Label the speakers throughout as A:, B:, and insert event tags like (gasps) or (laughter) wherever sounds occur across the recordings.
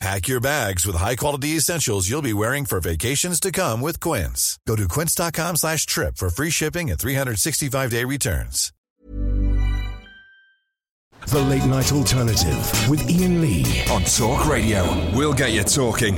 A: Pack your bags with high-quality essentials you'll be wearing for vacations to come with Quince. Go to quince.com slash trip for free shipping and 365-day returns.
B: The Late Night Alternative with Ian Lee.
C: On Talk Radio, we'll get you talking.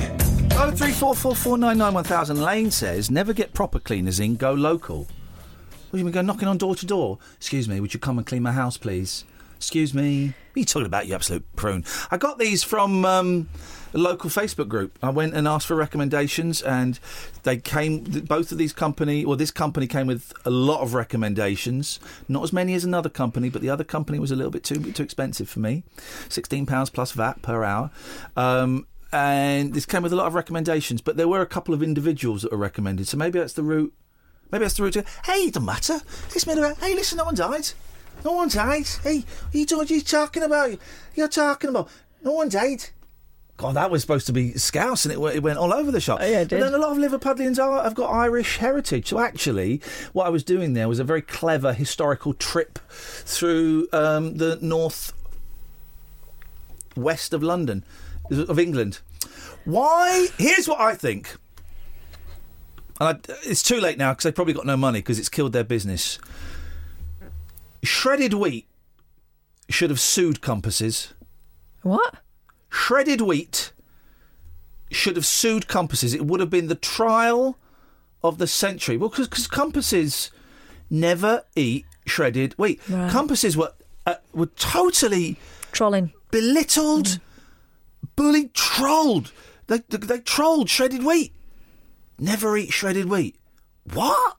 D: Oh three four four four nine nine one thousand. Lane says, "Never get proper cleaners in. Go local." What do you mean? Go knocking on door to door. Excuse me. Would you come and clean my house, please? Excuse me. What are you talking about? You absolute prune. I got these from um, a local Facebook group. I went and asked for recommendations, and they came. th- Both of these company, well, this company came with a lot of recommendations. Not as many as another company, but the other company was a little bit too too expensive for me. Sixteen pounds plus VAT per hour. Um, and this came with a lot of recommendations, but there were a couple of individuals that were recommended. So maybe that's the route. Maybe that's the route to. Hey, it doesn't matter. It's made about. Hey, listen, no one died. No one died. Hey, what are you, doing? what are you talking about? You're talking about. No one died. God, that was supposed to be scouse, and it, w- it went all over the shop. Oh, yeah, But then a lot of Liverpudlians are, have got Irish heritage. So actually, what I was doing there was a very clever historical trip through um, the north west of London, of England. Why? Here's what I think. And I, it's too late now because they've probably got no money because it's killed their business. Shredded wheat should have sued compasses.
E: What?
D: Shredded wheat should have sued compasses. It would have been the trial of the century. Well, because compasses never eat shredded wheat.
E: Right.
D: Compasses were uh, were totally
E: Trolling. Mm.
D: belittled, bullied, trolled. They, they, they trolled shredded wheat. Never eat shredded wheat. What?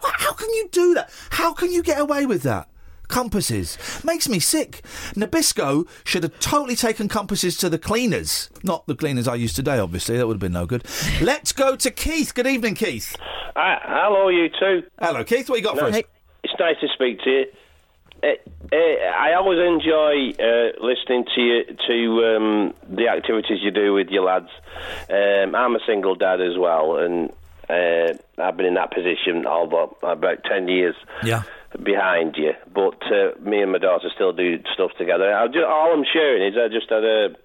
D: what? How can you do that? How can you get away with that? Compasses makes me sick. Nabisco should have totally taken compasses to the cleaners, not the cleaners I use today. Obviously, that would have been no good. Let's go to Keith. Good evening, Keith.
F: Ah, hello, you two.
D: Hello, Keith. What you got for us?
F: Nice- It's nice to speak to you. Uh, uh, I always enjoy uh, listening to you, to um, the activities you do with your lads. Um, I'm a single dad as well, and uh, I've been in that position although about ten years
G: (laughs)
D: Yeah.
F: behind you. But uh, me and my daughter still do stuff together. I ju- all I'm sharing is I just had a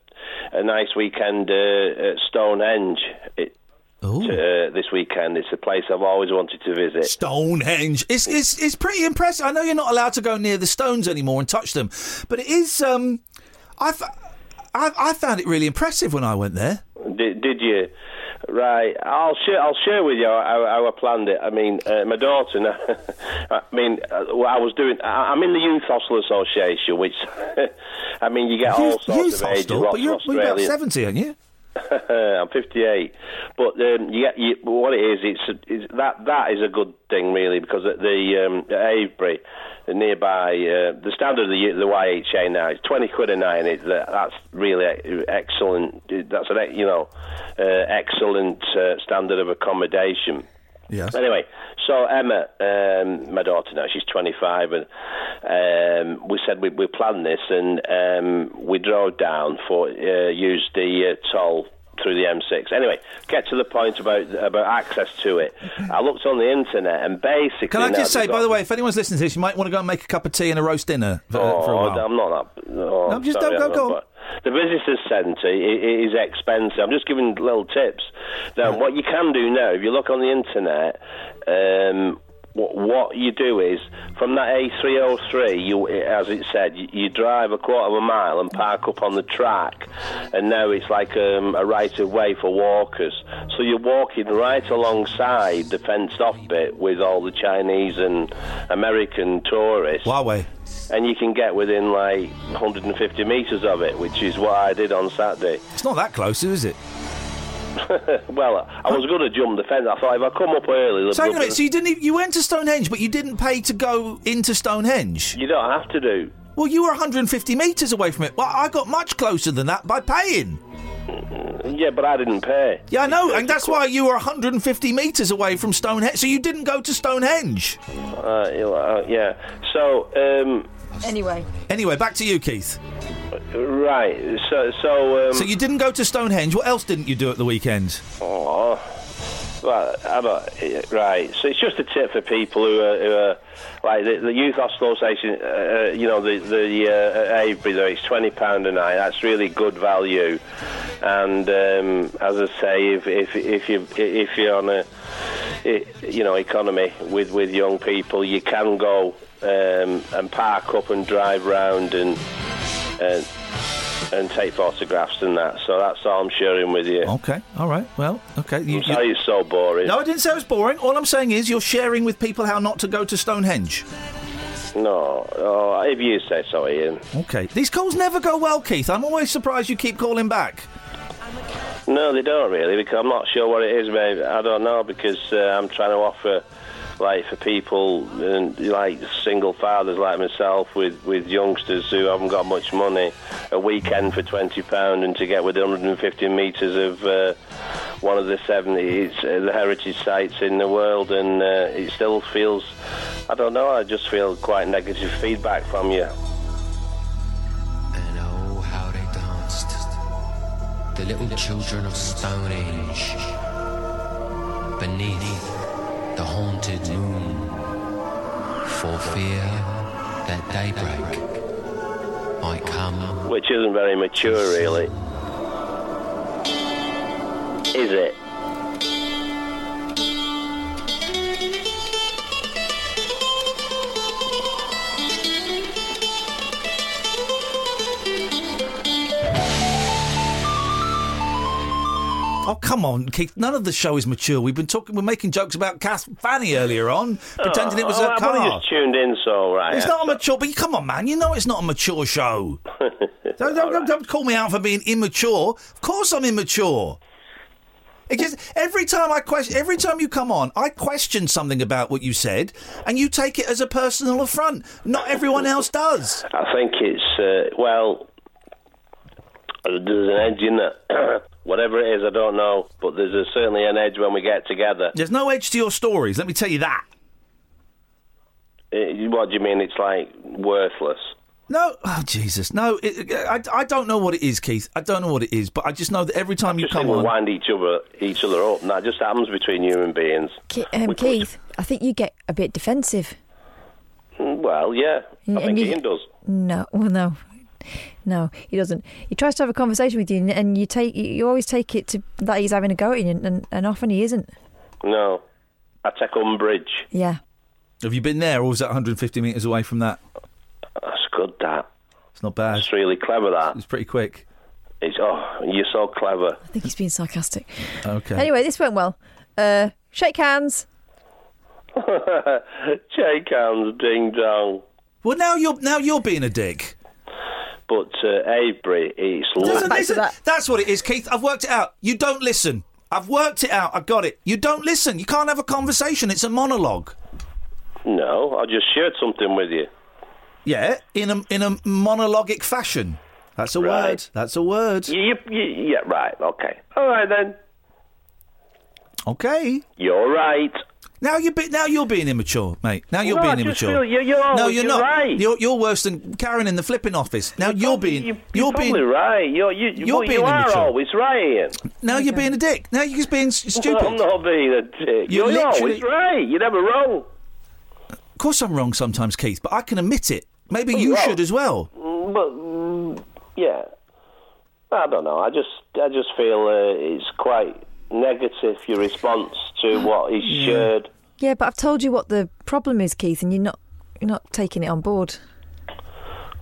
F: a nice weekend uh, at Stonehenge. It,
D: Ooh.
F: to, uh, this weekend, it's a place I've always wanted to visit.
D: Stonehenge. It's, it's it's pretty impressive. I know you're not allowed to go near the stones anymore and touch them, but it is. Um, I, th- I I found it really impressive when I went there.
F: Did, did you? Right. I'll share. I'll share with you how, how I planned it. I mean, uh, my daughter. and (laughs) I, I mean, uh, what I was doing. I, I'm in the youth hostel association, which, (laughs) I mean, you get all
D: Youth-
F: sorts
D: youth
F: of ages.
D: hostel,
F: lots
D: but
F: of
D: you're, well, you're about
F: Australians.
D: seventy, aren't you?
F: (laughs) I'm 58, but um, you, get- you, what it is, it's, it's that that is a good thing really because at the um, at Avebury, the nearby, uh, the standard of the the YHA now is 20 quid a night, and it, that, that's really e- excellent. That's an e- you know uh, excellent uh, standard of accommodation.
D: Yes.
F: Anyway, so Emma, um, my daughter now, she's 25, and um, we said we, we planned this, and um, we drove down for uh, used the uh, toll through the M6. Anyway, get to the point about about access to it. I looked on the internet, and basically,
D: Can I
F: now
D: just say,
F: they've got-
D: by the way, if anyone's listening to this, you might want to go and make a cup of tea and a roast dinner for,
F: Oh,
D: for a while.
F: I'm not that. Oh,
D: No, just
F: sorry,
D: don't-
F: I'm
D: go-
F: not,
D: go on.
F: but The visitors centre i- i- is expensive. I'm just giving little tips. Now, what you can do now, if you look on the internet, um, what, what you do is from that A303, you, as it said, you, you drive a quarter of a mile and park up on the track, and now it's like um, a right of way for walkers. So So you're walking right alongside the fenced off bit with all the Chinese and American tourists.
D: Huawei.
F: And you can get within like 150 metres of it, which is what I did on Saturday.
D: It's not that close, is it?
F: (laughs) Well, I was going to jump the fence. I thought if I come up early, the-
D: So hang on a minute. So you didn't. Even, you went to Stonehenge, but you didn't pay to go into Stonehenge.
F: you don't have to do.
D: Well, you were 150 metres away from it. Well, I got much closer than that by paying.
F: Yeah, but I didn't pay.
D: Yeah, I know, and that's why you were 150 metres away from Stonehenge. So you didn't go to Stonehenge.
F: Uh, you know, uh, yeah. So, um,
E: Anyway,
D: Anyway, back to you, Keith.
F: right. So, so, um,
D: So you didn't go to Stonehenge. What else didn't you do at the weekend?
F: Aw. Well, I don't, right. So it's just a tip for people who are, who are like the, the youth hospital station. Uh, uh, you know, the the uh, at Avebury though it's twenty pound a night. That's really good value. And um, as I say, if if if you if you're on a i- you know economy with with young people, you can go um, and park up and drive round and. and and take photographs and that. So that's all I'm sharing with you.
D: Okay, all right. Well, okay. You,
F: I'm sorry it's so boring.
D: No, I didn't say it was boring. All I'm saying is you're sharing with people how not to go to Stonehenge.
F: No, oh, if you say so, Ian.
D: Okay. These calls never go well, Keith. I'm always surprised you keep calling back.
F: No, they don't really, because I'm not sure what it is, mate. I don't know, because uh, I'm trying to offer, like, for people, and like, single fathers like myself with, with youngsters who haven't got much money, a weekend for £20 and to get within 150 metres of uh, one of the 70 it's, uh, the heritage sites in the world, and uh, it still feels, I don't know, I just feel quite negative feedback from you.
H: And oh, how they danced. The little children of Stonehenge. Beneath the haunted moon. For fear that daybreak might come.
F: which isn't very mature, really. Is it?
D: Oh, come on, Keith. None of the show is mature. We've been talking, we're making jokes about Kath Fanny earlier on, pretending it was
F: oh,
D: her
F: I've only
D: car.
F: just tuned in, so right.
D: It's not a mature, but you, come on, man. You know it's not a mature
F: (laughs)
D: show. don't, don't, don't, don't call me out for being immature. Of course I'm immature. It just every time I question, every time you come on, I question something about what you said, and you take it as a personal affront. Not everyone else does.
F: I think it's uh, well. There's an edge in that. (clears throat) Whatever it is, I don't know, but there's a, certainly an edge when we get together.
D: There's no edge to your stories. Let me tell you that.
F: Eh, what do you mean? It's like worthless.
D: No, oh Jesus, no. It, I, I don't know what it is, Keith. I don't know what it is, but I just know that every time you
F: Just
D: come
F: think we
D: on,
F: wind each other each other up, and that just happens between human beings.
E: Ke- um,
F: We-
E: Keith, I think you get a bit defensive.
F: Mm, Well, yeah, I
E: And
F: think
E: you-
F: Ian does.
E: No, well, no, no, he doesn't. He tries to have a conversation with you, and- and you take you always take it to that he's having a go at you, and, and, and often he isn't.
F: No, I take umbrage.
E: Yeah,
D: have you been there, or was that 150 meters away from that?
F: That's good. That
D: It's not bad.
F: that's really clever. That
D: It's pretty quick.
F: It's oh, you're so clever. (laughs)
E: I think he's being sarcastic.
D: Okay.
E: Anyway, this went well. Uh, shake hands.
F: Shake hands, ding dong.
D: Well, now you're now you're being a dick.
F: But uh, Avebury, it's
D: Doesn't
F: lovely.
E: back to
D: listen.
E: that.
D: That's what it is, Keith. I've worked it out. You don't listen. I've worked it out. I got it. You don't listen. You can't have a conversation. It's a monologue.
F: No, I just shared something with you.
D: Yeah, in a in a monologic fashion. That's a
F: Right.
D: word. That's a word.
F: You, you, you, yeah, right. Okay. All right then.
D: Okay.
F: You're right.
D: Now you're be- now you're being immature, mate. Now you're
F: No,
D: being
F: I just
D: immature.
F: feel you're- you're
D: no,
F: always-
D: you're,
F: you're
D: not.
F: right.
D: You're you're worse than Karen in the flipping office. Now you're,
F: probably-
D: being
F: you,
D: you're,
F: you're,
D: being
F: probably right. You're you
D: You're
F: well,
D: being
F: you are
D: immature.
F: always right, Ian.
D: now you're being a dick. Now you're just being s-
F: (laughs)
D: stupid.
F: I'm not being a dick.
D: You're
F: You're,
D: literally-
F: always right. You're never wrong.
D: Of course, I'm wrong sometimes, Keith, but I can admit it. Maybe
F: Well,
D: you
F: you're wrong.
D: should as well.
F: Mm, But mm, yeah, I don't know. I just I just feel uh, it's quite negative your response to
D: Mm.
F: what is shared.
E: Yeah, but I've told you what the problem is, Keith, and you're not you're not taking it on board.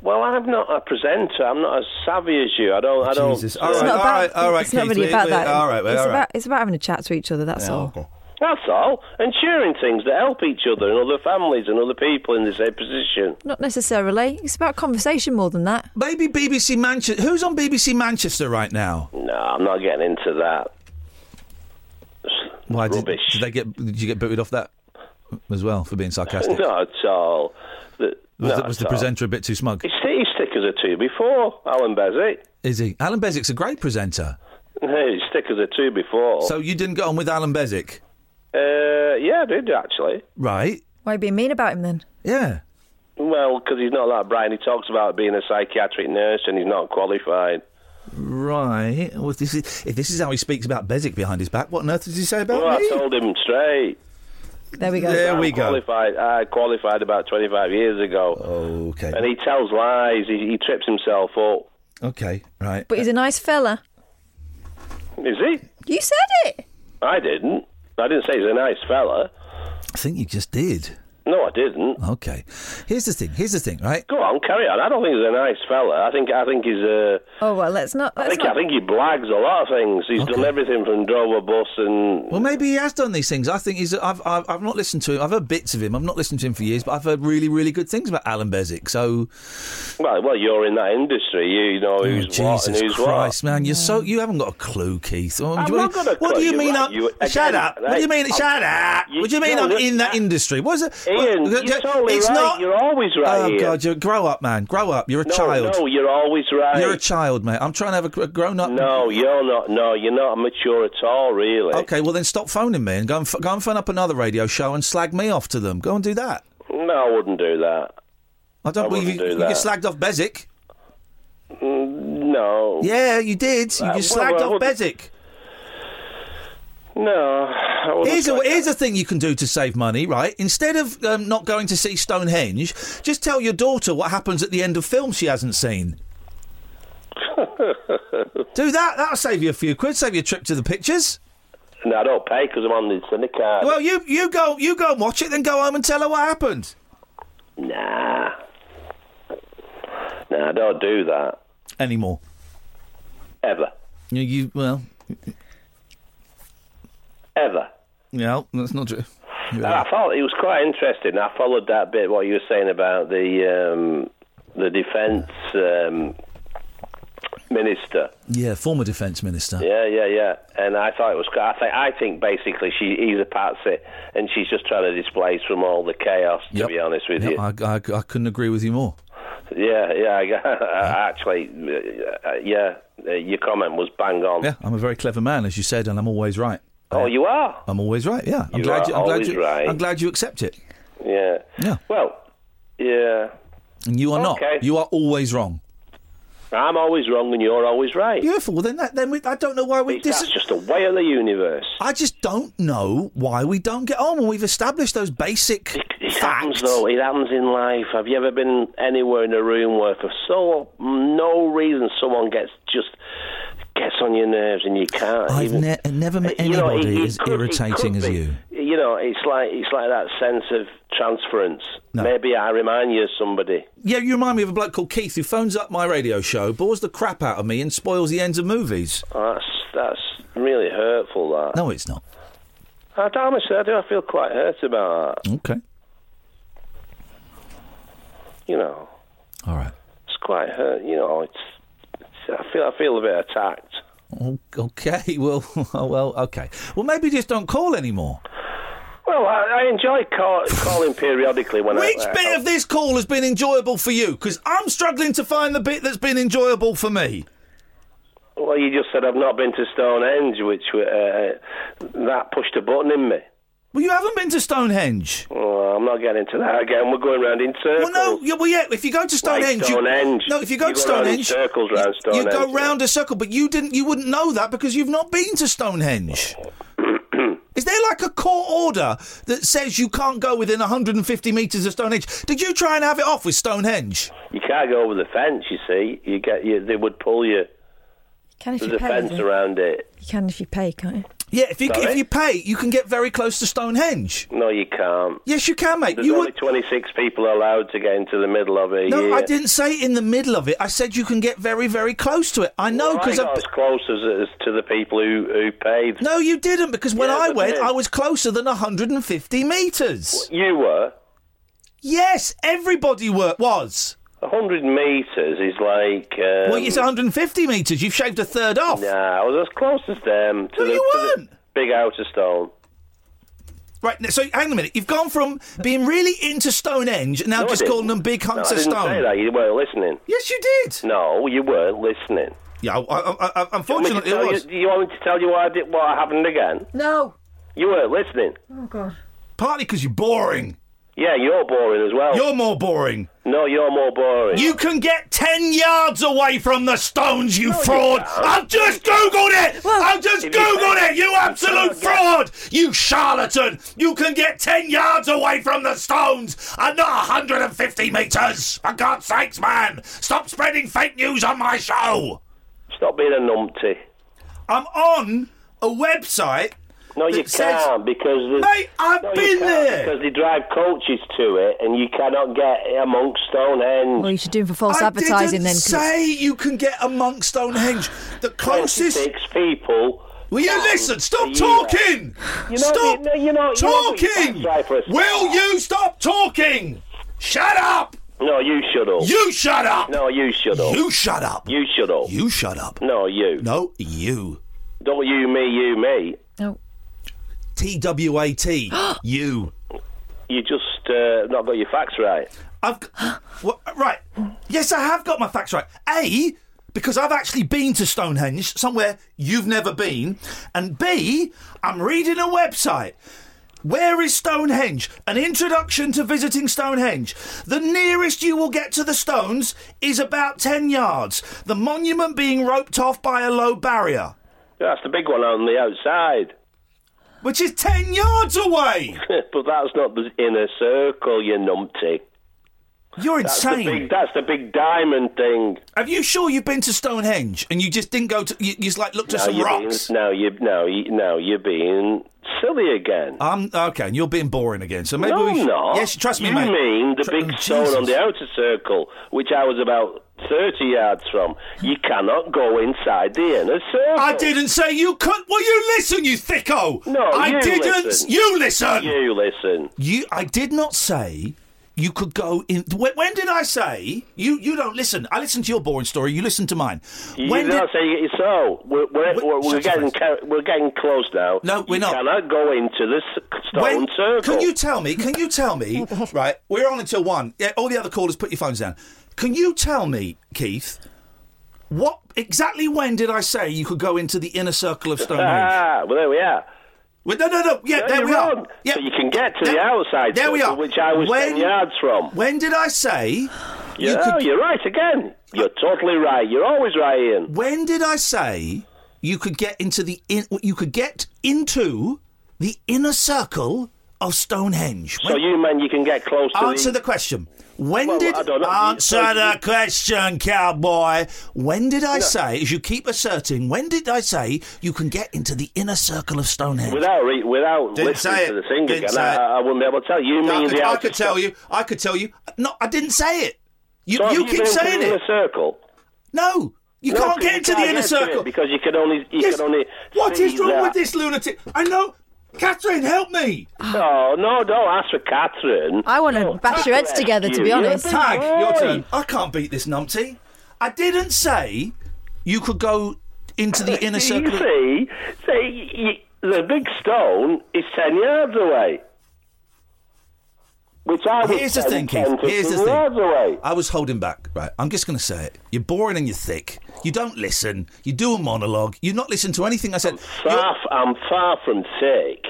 F: Well, I'm not a presenter. I'm not as savvy as you. I don't. I don't.
D: Jesus.
E: It's not about, it's not really about that.
D: all right,
E: it's
D: all right.
E: about it's about having a chat to each other. That's all.
F: That's all. And sharing things that help each other and other families and other people in the same position.
E: Not necessarily. It's about conversation more than that.
D: Maybe BBC Manchester. Who's on BBC Manchester right now?
F: No, I'm not getting into that.
D: Why did, did they get? Did you get booted off that as well for being
F: (laughs)
D: sarcastic?
F: Not at all. The,
D: Was,
F: not
D: the, was
F: at
D: the
F: all.
D: presenter a bit too smug?
F: He's, he's thicker as a two before Alan Bezic.
D: Is he? Alan Bezik's a great presenter.
F: He's thick as a two before.
D: So you didn't get on with Alan Bezic,
F: uh, yeah, I did actually.
D: right?
E: Why are you being mean about him then?
D: Yeah.
F: Well, because he's not like Brian. He talks about being a psychiatric nurse and he's not qualified.
D: Right. Well, if, this is, if this is how he speaks about Bezic behind his back, what on earth does he say about
F: Well, I
D: me?
F: told him straight.
E: There we go.
D: There we go.
F: Qualified. I qualified about 25 years ago.
D: Okay.
F: And he tells lies. He, he trips himself up.
D: Okay. Right.
E: But he's a nice fella.
F: Is he?
E: You said it.
F: I didn't. I didn't say he's a nice fella.
D: I think you just did.
F: No, I didn't.
D: Okay. Here's the thing. Here's the thing. Right.
F: Go on, carry on. I don't think he's a nice fella. I think I think he's a.
E: Oh well, let's not.
F: I
E: Let's
F: think
E: not
F: I think he blags a lot of things. He's
D: Okay.
F: done everything from drove a bus and
D: Well, maybe he has done these things. I think he's. I've, I've, I've not listened to him. I've heard bits of him. I've not listened to him for years, but I've heard really, really good things about Alan Bezic. So,
F: well, well, you're in that industry. You know
D: Oh,
F: who's what and
D: Jesus
F: who's
D: Christ, man, you're so you haven't got a clue, Keith. Oh,
F: I'm
D: do you-
F: not gonna
D: what do
F: clue,
D: you
F: you're
D: mean?
F: right.
D: I'm,
F: You-
D: shut
F: again,
D: up! What do you mean?
F: hey,
D: shut up!
F: you-
D: what do you mean?
F: no,
D: I'm
F: look,
D: in that
F: that-
D: industry. What is it?
F: what. Ian,
D: what-
F: you're totally
D: it's
F: right.
D: not.
F: You're always right.
D: oh
F: Ian.
D: God! You grow up, man. Grow up. You're a
F: no,
D: child.
F: no, you're always right.
D: You're a child, mate. I'm trying to have a, gr- a grown up.
F: no, you're not. No, you're not mature at all, really.
D: Okay, well then stop phoning me and go and f- go and phone up another radio show and slag me off to them. Go and do that.
F: No, I wouldn't do that.
D: I don't
F: I
D: believe
F: wouldn't
D: you.
F: do
D: you
F: that. Mm,
D: get slagged off Bezic.
F: No.
D: Yeah, you did. You
F: Uh,
D: just
F: well,
D: slagged
F: I
D: off
F: wouldn't-
D: Bezic.
F: No. I wouldn't
D: Here's a,
F: like
D: here's
F: that.
D: a thing you can do to save money, right? Instead of um, not going to see Stonehenge, just tell your daughter what happens at the end of films she
F: (laughs)
D: hasn't seen. do that. That'll save you a few quid. Save you a trip to the pictures.
F: No, I don't pay because I'm on the syndicate.
D: Well, you you go you go and watch it, then go home and tell her what happened.
F: Nah. Nah, don't do that.
D: Anymore.
F: Ever.
D: You, you well,
F: Ever.
D: no, that's not true. You-
F: And I thought it was quite interesting. I followed that bit what you were saying about the um, the defence um, minister.
D: Yeah, former defence minister.
F: Yeah, yeah, yeah. And I thought it was. quite- I think I think basically she he's a patsy, and she's just trying to displace from all the chaos. To
D: Yep.
F: be honest with
D: Yep,
F: you.
D: I, I, I couldn't agree with you more.
F: Yeah, yeah. I, (laughs) actually, uh, yeah. uh, Your comment was bang on.
D: Yeah, I'm a very clever man, as you said, and I'm always right.
F: Oh, you are.
D: I'm always right. Yeah, I'm
F: You
D: glad.
F: are
D: you, I'm glad
F: always
D: you,
F: right.
D: I'm glad you accept it.
F: Yeah.
D: Yeah.
F: Well, yeah.
D: And you are
F: Okay.
D: not. You are always wrong.
F: I'm always wrong, and you're always right.
D: Beautiful. Well, then, that, then we, I don't know why we. Dis-
F: That's just the way of the universe.
D: I just don't know why we don't get on when we've established those basic
F: It, it
D: facts.
F: happens though. It happens in life. Have you ever been anywhere in a room where, for so no reason, someone gets just gets on your nerves and you can't.
D: I've
F: even,
D: ne- never met
F: You know,
D: anybody
F: it- it
D: as
F: could- it
D: irritating
F: could
D: as
F: be.
D: you.
F: You know, it's like it's like that sense of transference.
D: No.
F: Maybe I remind you of somebody.
D: Yeah, you remind me of a bloke called Keith who phones up my radio show, bores the crap out of me, and spoils the ends of movies.
F: Oh, that's that's really hurtful. That
D: No, it's not.
F: I, honestly, I do. I feel quite hurt about that.
D: Okay.
F: You know,
D: All right.
F: it's quite hurt. You know, it's, it's I feel I feel a bit attacked.
D: O- Okay. (laughs) Well. well. Okay. Well, maybe just don't call anymore.
F: Well, I, I enjoy call, calling periodically when
D: Which
F: I.
D: bit of this call has been enjoyable for you? Because I'm struggling to find the bit that's been enjoyable for me.
F: Well, you just said I've not been to Stonehenge, which uh, that pushed a button in me.
D: Well, you haven't been to Stonehenge.
F: Oh, I'm not getting into that again. We're going round in circles.
D: Well, no, yeah, well, yeah. If you go to Stonehenge, you-
F: Stonehenge.
D: no, if you go
F: You
D: to
F: go round in
D: Stonehenge,
F: circles
D: you-
F: round
D: you go
F: Stonehenge.
D: round a circle. But you didn't, you wouldn't know that because you've not been
F: (clears throat)
D: to Stonehenge. Is there like a court order that says you can't go within 150 metres of Stonehenge? Did you try and have it off with Stonehenge?
F: You can't go over the fence. You see, you get you, they would pull you.
E: Can if
F: There's
E: you
F: a
E: pay.
F: fence
E: though.
F: around it.
E: You can if you pay, can't you?
D: Yeah, if you
F: Sorry?
D: if you pay, you can get very close to Stonehenge.
F: No, you can't.
D: Yes, you can, mate.
F: There's
D: you
F: only 26 people allowed to get into the middle of a
D: No,
F: year.
D: I didn't say in the middle of it. I said you can get very, very close to it. I know
F: Well, I
D: because
F: got as close as, as to the people who, who paid.
D: no, you didn't because when
F: Yeah,
D: I
F: but
D: went,
F: then-
D: I was closer than 150 meters.
F: You were.
D: Yes, everybody were, was.
F: 100 metres is like. Um,
D: well, it's 150 meters. You've shaved a third off.
F: Nah, I was as close as them to, the,
D: you
F: to the big outer stone.
D: Right. n- So hang on a minute. You've gone from being really into Stonehenge now
F: No, I
D: just
F: didn't.
D: calling them big
F: No, I
D: hunks
F: didn't
D: of stone.
F: say that. You weren't listening.
D: Yes, you did.
F: No, you weren't listening.
D: Yeah, I, I, I,
F: unfortunately, you want me to tell you- do you want me to tell you what, I did, what happened again?
E: No.
F: You weren't listening.
E: Oh, God.
D: Partly because you're boring.
F: Yeah, you're boring as well.
D: You're more boring.
F: No, you're more boring.
D: You can get 10 yards away from the stones, you fraud! I've just Googled it! I've just
F: if you
D: Googled
F: think-
D: it, you absolute fraud! You charlatan! You can get 10 yards away from the stones and not 150 metres! For God's sakes, man! Stop spreading fake news on my show!
F: Stop being a numpty.
D: I'm on a website.
F: No, you
D: that says-
F: can't because the-
D: Mate, I've
F: No, you
D: been
F: can't,
D: there!
F: because they drive coaches to it, and you cannot get amongst Stonehenge.
E: Well, you should do him for false
D: I
E: advertising
D: didn't
E: then. 'cause it's-
D: Say you can get amongst Stonehenge. The closest.
F: Twenty-six people.
D: Will you
F: Um,
D: listen? Stop
F: you-
D: talking!
F: You know,
D: stop
F: you know, you know, you know,
D: talking!
F: that's right for a start.
D: Will you
E: (gasps)
D: stop talking? Shut up!
F: No, you shut up.
D: You shut up!
F: No, you shut up.
D: You shut up!
F: You shut up.
D: You shut up!
F: No, you.
D: No, you.
F: Don't you, me, you, me.
E: No.
D: T W
F: (gasps)
E: (gasps)
D: A T. You.
F: You just uh, not got your facts right.
D: I've. g- (gasps) Wha- right. Yes, I have got my facts right. A. Because I've actually been to Stonehenge, somewhere you've never been. And B. I'm reading a website. Where is Stonehenge? An introduction to visiting Stonehenge. The nearest you will get to the stones is about 10 yards, the monument being roped off by a low barrier,
F: That's the big one on the outside.
D: which is 10 yards away.
F: (laughs) but that's not the inner circle, you numpty.
D: You're
F: That's
D: insane.
F: the big. That's the big diamond thing.
D: Are you sure you've been to Stonehenge and you just didn't go to, you you just like looked at some
F: you're
D: rocks?
F: Being, now you now you now you're being silly again.
D: Um, okay, and you're being boring again. So maybe
F: no,
D: we
F: I'm
D: should.
F: not.
D: Yes, trust me,
F: you
D: mate.
F: mean the
D: Tr-
F: big
D: oh,
F: stone on
D: Jesus.
F: the outer circle, which I was about thirty yards from. You cannot go inside the inner circle.
D: I didn't say you could. Will you listen, you thicko?
F: No,
D: I
F: Oh, you
D: didn't.
F: listen.
D: You listen.
F: You listen.
D: You. I did not say you could go in. When, when did I say you? You don't listen. I listened to your boring story. You listen to mine.
F: You
D: when
F: did not say it so. We're, we're, we're,
D: Wh- shut
F: we're
D: your
F: getting
D: face.
F: ca- we're getting close now.
D: No, we're
F: you
D: not.
F: Cannot go into this stone
D: when-
F: circle.
D: Can you tell me? Can you
F: (laughs)
D: tell me? right, we're on until one. Yeah, all the other callers, put your phones down. Can you tell me, Keith? What exactly? When did I say you could go into the inner circle of Stonehenge?
F: Ah, well there we are.
D: Well, no, no, no. Yeah,
F: No,
D: there
F: you're
D: we
F: wrong.
D: are. Yeah.
F: So you can get to the
D: There-
F: outside
D: There we
F: circle,
D: are.
F: which I was
D: when,
F: 10 yards from.
D: When did I say?
F: You
D: you
F: oh,
D: could,
F: you're right again. You're totally right. You're always right, Ian.
D: when did I say you could get into the in, you could get into the inner circle of Stonehenge?
F: So
D: When-
F: you mean you can get close to
D: answer
F: the...
D: the question. When
F: Well,
D: did
F: I don't know. You-
D: answer
F: so
D: the
F: you-
D: question, cowboy? When did I say? As you keep asserting, when did I say you can get into the inner circle of Stonehenge?
F: Without, re- without
D: Didn't say
F: listening to
D: it.
F: the singer
D: Didn't
F: again,
D: say
F: I,
D: it.
F: I wouldn't be able to tell. You
D: I
F: mean
D: could,
F: the
D: I
F: outer
D: could tell
F: circle.
D: you. I could tell you. No, I didn't say it. You,
F: So have
D: you
F: you been
D: keep
F: to
D: saying
F: the
D: it.
F: inner circle?
D: No, you
F: No,
D: can't
F: 'cause
D: get into the
F: can't
D: inner
F: get to it
D: circle.
F: because you can only you
D: Yes.
F: can only.
D: What
F: see
D: is wrong
F: that.
D: with this lunatic? I know. Catherine, help me.
F: No, no, don't ask for Catherine.
E: I want to
F: No,
E: bash your heads
F: rescue.
E: together, to be
F: You're a
E: honest.
F: big
D: Tag, your
F: boy.
D: turn. I can't beat this numpty. I didn't say you could go into the inner
F: Do you
D: circle.
F: see? See, y the big stone is ten yards away. Which I was
D: Here's the
F: 10,
D: thing,
F: 10,
D: Keith. Here's the
F: 15 yards away.
D: thing. I was holding back. Right, I'm just going to say it. You're boring and you're thick. You don't listen. You do a monologue. You're not listening to anything I said.
F: Far, f- I'm far from sick,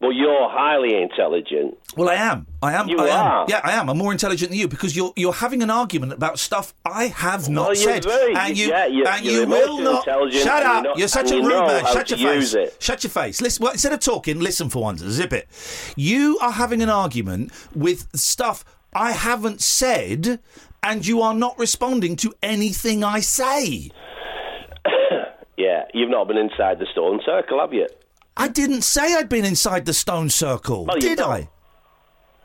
F: but you're highly intelligent.
D: Well, I am. I am.
F: You
D: I am.
F: are.
D: Yeah, I am. I'm more intelligent than you because you're you're having an argument about stuff I have not
F: Well, you're
D: said,
F: very-
D: and you
F: yeah, you're-
D: and
F: you're
D: you will
F: emotionally
D: not.
F: intelligent
D: Shut
F: and
D: up!
F: you're not-
D: you're such
F: and
D: a
F: you
D: rude
F: know
D: man.
F: how
D: Shut
F: to
D: your face.
F: use it.
D: Shut your face. Listen. Well, instead of talking, listen for once. Zip it. You are having an argument with stuff I haven't said, and you are not responding to anything I say.
F: Yeah, yet. You've not been inside the stone circle, have you?
D: I didn't say I'd been inside the stone circle,
F: Well, you
D: did
F: don't.
D: I?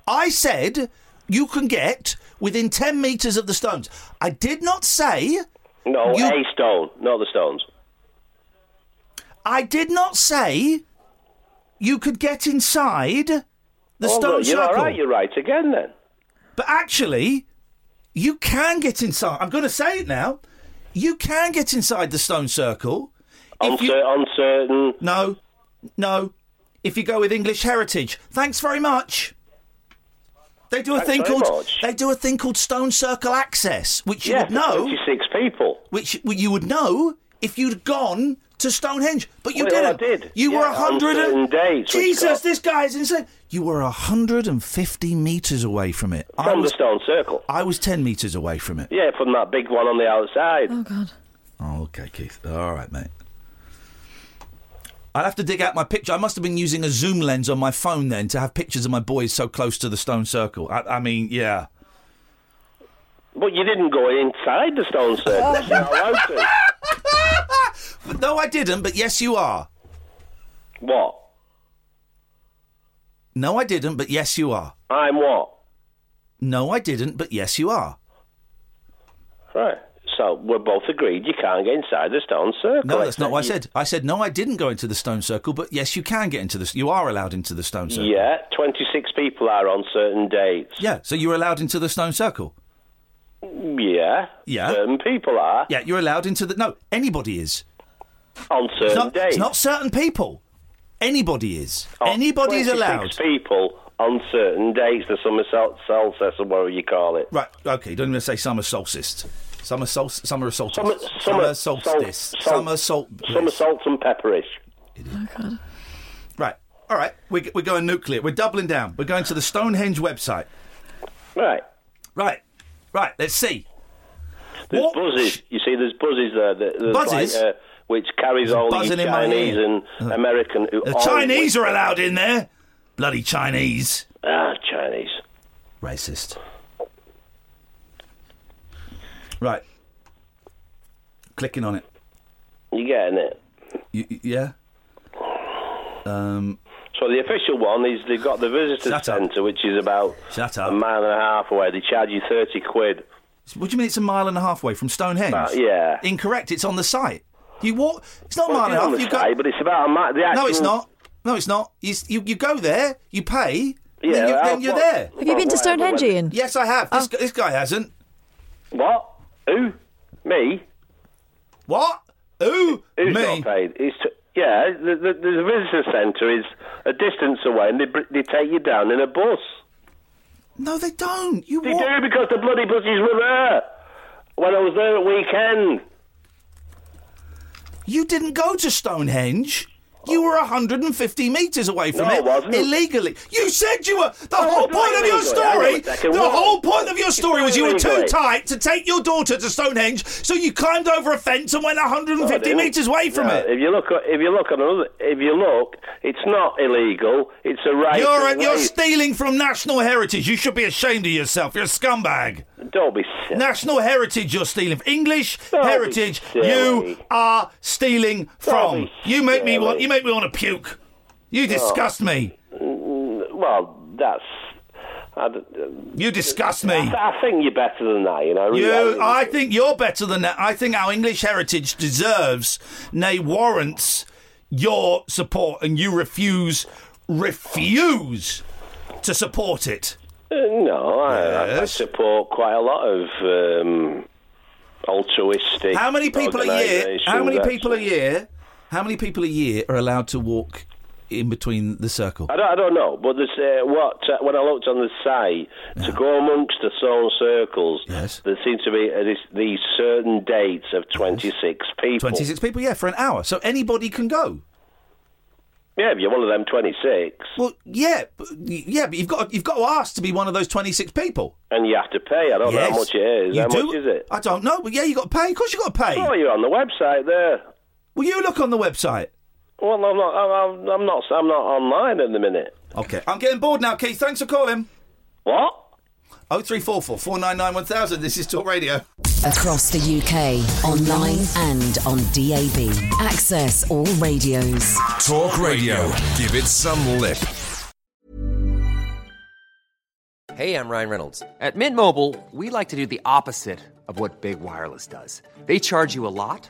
D: I said you can get within 10 metres of the stones. I did not say.
F: No,
D: You-
F: a stone, not the stones.
D: I did not say you could get inside the
F: Oh,
D: stone
F: look, you're all
D: circle.
F: right, you're right again then.
D: But actually, you can get inside. I'm going to say it now. You can get inside the stone circle.
F: On, cer- on certain.
D: No, no. If you go with English heritage, thanks very much. They do a
F: Thanks
D: thing
F: very
D: called they do a thing called stone circle access, which you
F: Yeah,
D: would know.
F: Twenty-six people.
D: Which well, you would know if you'd gone to Stonehenge, but you
F: Well, I
D: didn't.
F: did.
D: You were
F: Yeah,
D: a
F: on
D: hundred
F: certain
D: and
F: days, which
D: Jesus,
F: got-
D: this guy is insane. You were hundred and fifty meters away from it. I
F: From
D: was
F: the stone circle.
D: I was ten meters away from it.
F: Yeah, from that big one on the outside.
E: Oh God.
D: Oh, okay, Keith. All right, mate. I'll have to dig out my picture. I must have been using a zoom lens on my phone then to have pictures of my boys so close to the stone circle. I, I mean, yeah.
F: But you didn't go inside the
E: (laughs)
F: stone circle. You're not allowed to.
D: But no, I didn't. But yes, you are.
F: What?
D: No, I didn't. But yes, you are.
F: I'm what?
D: No, I didn't. But yes, you are.
F: Right. So we're both agreed you can't get inside the stone circle.
D: No, that's not what I
F: You-
D: said. I said no, I didn't go into the stone circle. But yes, you can get into this. You are allowed into the stone circle.
F: Yeah, 26 people are on certain dates.
D: Yeah. So you're allowed into the stone circle.
F: Yeah.
D: Yeah.
F: Certain people are
D: Yeah, you're allowed into the. No, anybody is.
F: on certain
D: It's not,
F: dates.
D: it's not certain people. Anybody is.
F: Oh,
D: Anybody is
F: 26
D: allowed.
F: people on certain dates, the summer sol- solstice or whatever you call it.
D: Right. Okay. You don't even say summer solstice. Summer sol. Summer solstice.
F: Summer, summer,
D: solstice.
F: Sol- sol-
D: summer sol.
F: Summer salt and pepperish.
D: Right. All right. We're, we're going nuclear. We're doubling down. We're going to the Stonehenge website.
F: Right.
D: Right. Right. Let's see.
F: There's
D: What-
F: buzzes. You see, there's buzzes there. That, that's
D: Buzzes?
F: Like, uh, which carries all these
D: buzzing in my
F: Chinese
D: ear. Uh,
F: and American. Who
D: The
F: all-
D: Chinese are allowed in there. Bloody Chinese.
F: Ah, Chinese.
D: Racist. Right. Clicking on it.
F: You getting it?
D: You, you- yeah. Um.
F: So the official one is they've got the visitor
D: Shut up.
F: centre, which is about
D: Shut
F: a
D: up.
F: mile and a half away. They charge you thirty quid.
D: What do you mean it's a mile and a half away from Stonehenge?
F: Uh, yeah.
D: Incorrect. It's on the site. You walk. It's not a
F: Well,
D: mile
F: it
D: and a
F: is
D: half.
F: on the
D: you
F: side, but it's about a mile. the
D: No, it's
F: actual-
D: not. No, it's not. You s- you, you go there. You pay.
F: Yeah,
D: Then, you,
F: uh,
D: then you're
F: what-
D: there.
E: Have
F: Well,
E: you been to
F: whatever,
E: Stonehenge,
F: whether-
E: Ian? Oh.
D: Yes, I have. This, gu- this guy hasn't.
F: What? Who? Me?
D: What? Who?
F: Who's
D: Me?
F: not paid? It's t- yeah. The, the, the visitor centre is a distance away, and they br- they take you down in a bus.
D: No, they don't. You
F: They
D: walk.
F: do because the bloody buses were there when I was there at weekend.
D: You didn't go to Stonehenge. You were 150 metres away from
F: No, I
D: it
F: wasn't.
D: illegally. You said you were. The
F: I
D: whole
F: wasn't
D: point of your
F: illegally. Hang on a
D: story.
F: second,
D: The
F: what?
D: whole point of your story was you were too
F: Illegally.
D: tight to take your daughter to Stonehenge, so you climbed over a fence and went 150
F: No, I didn't.
D: metres away from
F: No,
D: it.
F: If you look, at- if you look on another, if you look, it's not illegal. It's a right.
D: You're um,
F: of
D: you're
F: way.
D: stealing from national heritage. You should be ashamed of yourself. You're a scumbag.
F: Don't be silly.
D: National heritage you're stealing. English
F: Don't be
D: heritage
F: silly.
D: you are stealing from.
F: be
D: You make me
F: silly.
D: want
F: Oh.
D: you make me want to puke. You disgust me.
F: Mm, Well, that's. I, d-
D: You disgust
F: I
D: me.
F: th- I think you're better than that, you know. really,
D: You,
F: I
D: I
F: really do.
D: think you're better than that. I think our English heritage deserves, nay, warrants your support, and you refuse, refuse to support it.
F: Uh, no, I, I, I
D: Yes.
F: support quite a lot of um, altruistic.
D: How many people a year?
F: organisations,
D: How many people a
F: actually.
D: year? How many people a year are allowed to walk in between the circle?
F: I don't, I don't know, but there's, uh, what uh, when I looked on the site to go amongst the soul circles,
D: Yes.
F: there seems to be uh, this, these certain dates of 26 people.
D: Twenty-six people, yeah, for an hour. So anybody can go.
F: Yeah, if you're one of them 26,
D: Well, yeah, but, yeah, but you've got you've got to ask to be one of those twenty-six people.
F: and you have to pay. I don't know how
D: Yes.
F: much it is.
D: You
F: how
D: do?
F: much is it?
D: I don't know, but yeah, you got to pay. Of course, you got to pay.
F: Oh, you're on the website there.
D: Will you look on the website?
F: Well, I'm not. I'm, I'm- I'm not. I'm not online at the minute.
D: Okay, I'm getting bored now, Keith. Thanks for calling.
F: What?
D: 0344 499 1000. This is Talk Radio.
I: Across the UK, online and on DAB. Access all radios.
C: Talk Radio. Give it some lip.
J: Hey, I'm Ryan Reynolds. At Mint Mobile, we like to do the opposite of what Big Wireless does. They charge you a lot,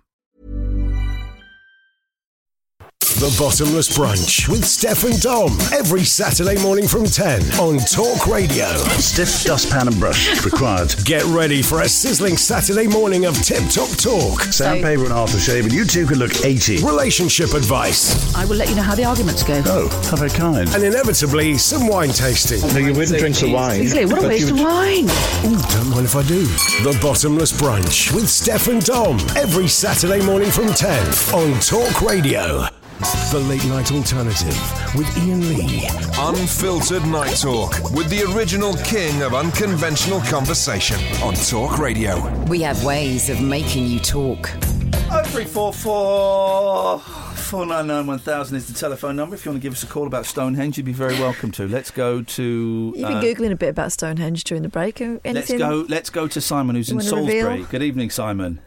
B: The Bottomless Brunch with Steph and Dom every Saturday morning from 10 on Talk Radio. Stiff dustpan and brush required. Get ready for a sizzling Saturday morning of tip top talk. Sandpaper and aftershave, and you two could look 80. Relationship advice.
G: I will let you know how the arguments go.
B: Oh, how very kind. And inevitably, some wine tasting. No, you wouldn't drink the wine.
G: Exactly, what a waste of wine.
B: Don't mind if I do. The Bottomless Brunch with Steph and Dom every Saturday morning from 10 on Talk Radio. The Late Night Alternative with Ian Lee.
C: Unfiltered Night Talk with the original king of unconventional conversation on Talk Radio.
I: We have ways of making you talk.
D: 0344 499 1000 is the telephone number. If you want to give us a call about Stonehenge, you'd be very welcome to. Let's go to.
E: You've been
D: uh,
E: googling a bit about Stonehenge during the break. Anything?
D: Let's go. Let's go to Simon, who's
E: You
D: in
E: wanna
D: Salisbury.
E: reveal?
D: Good evening, Simon.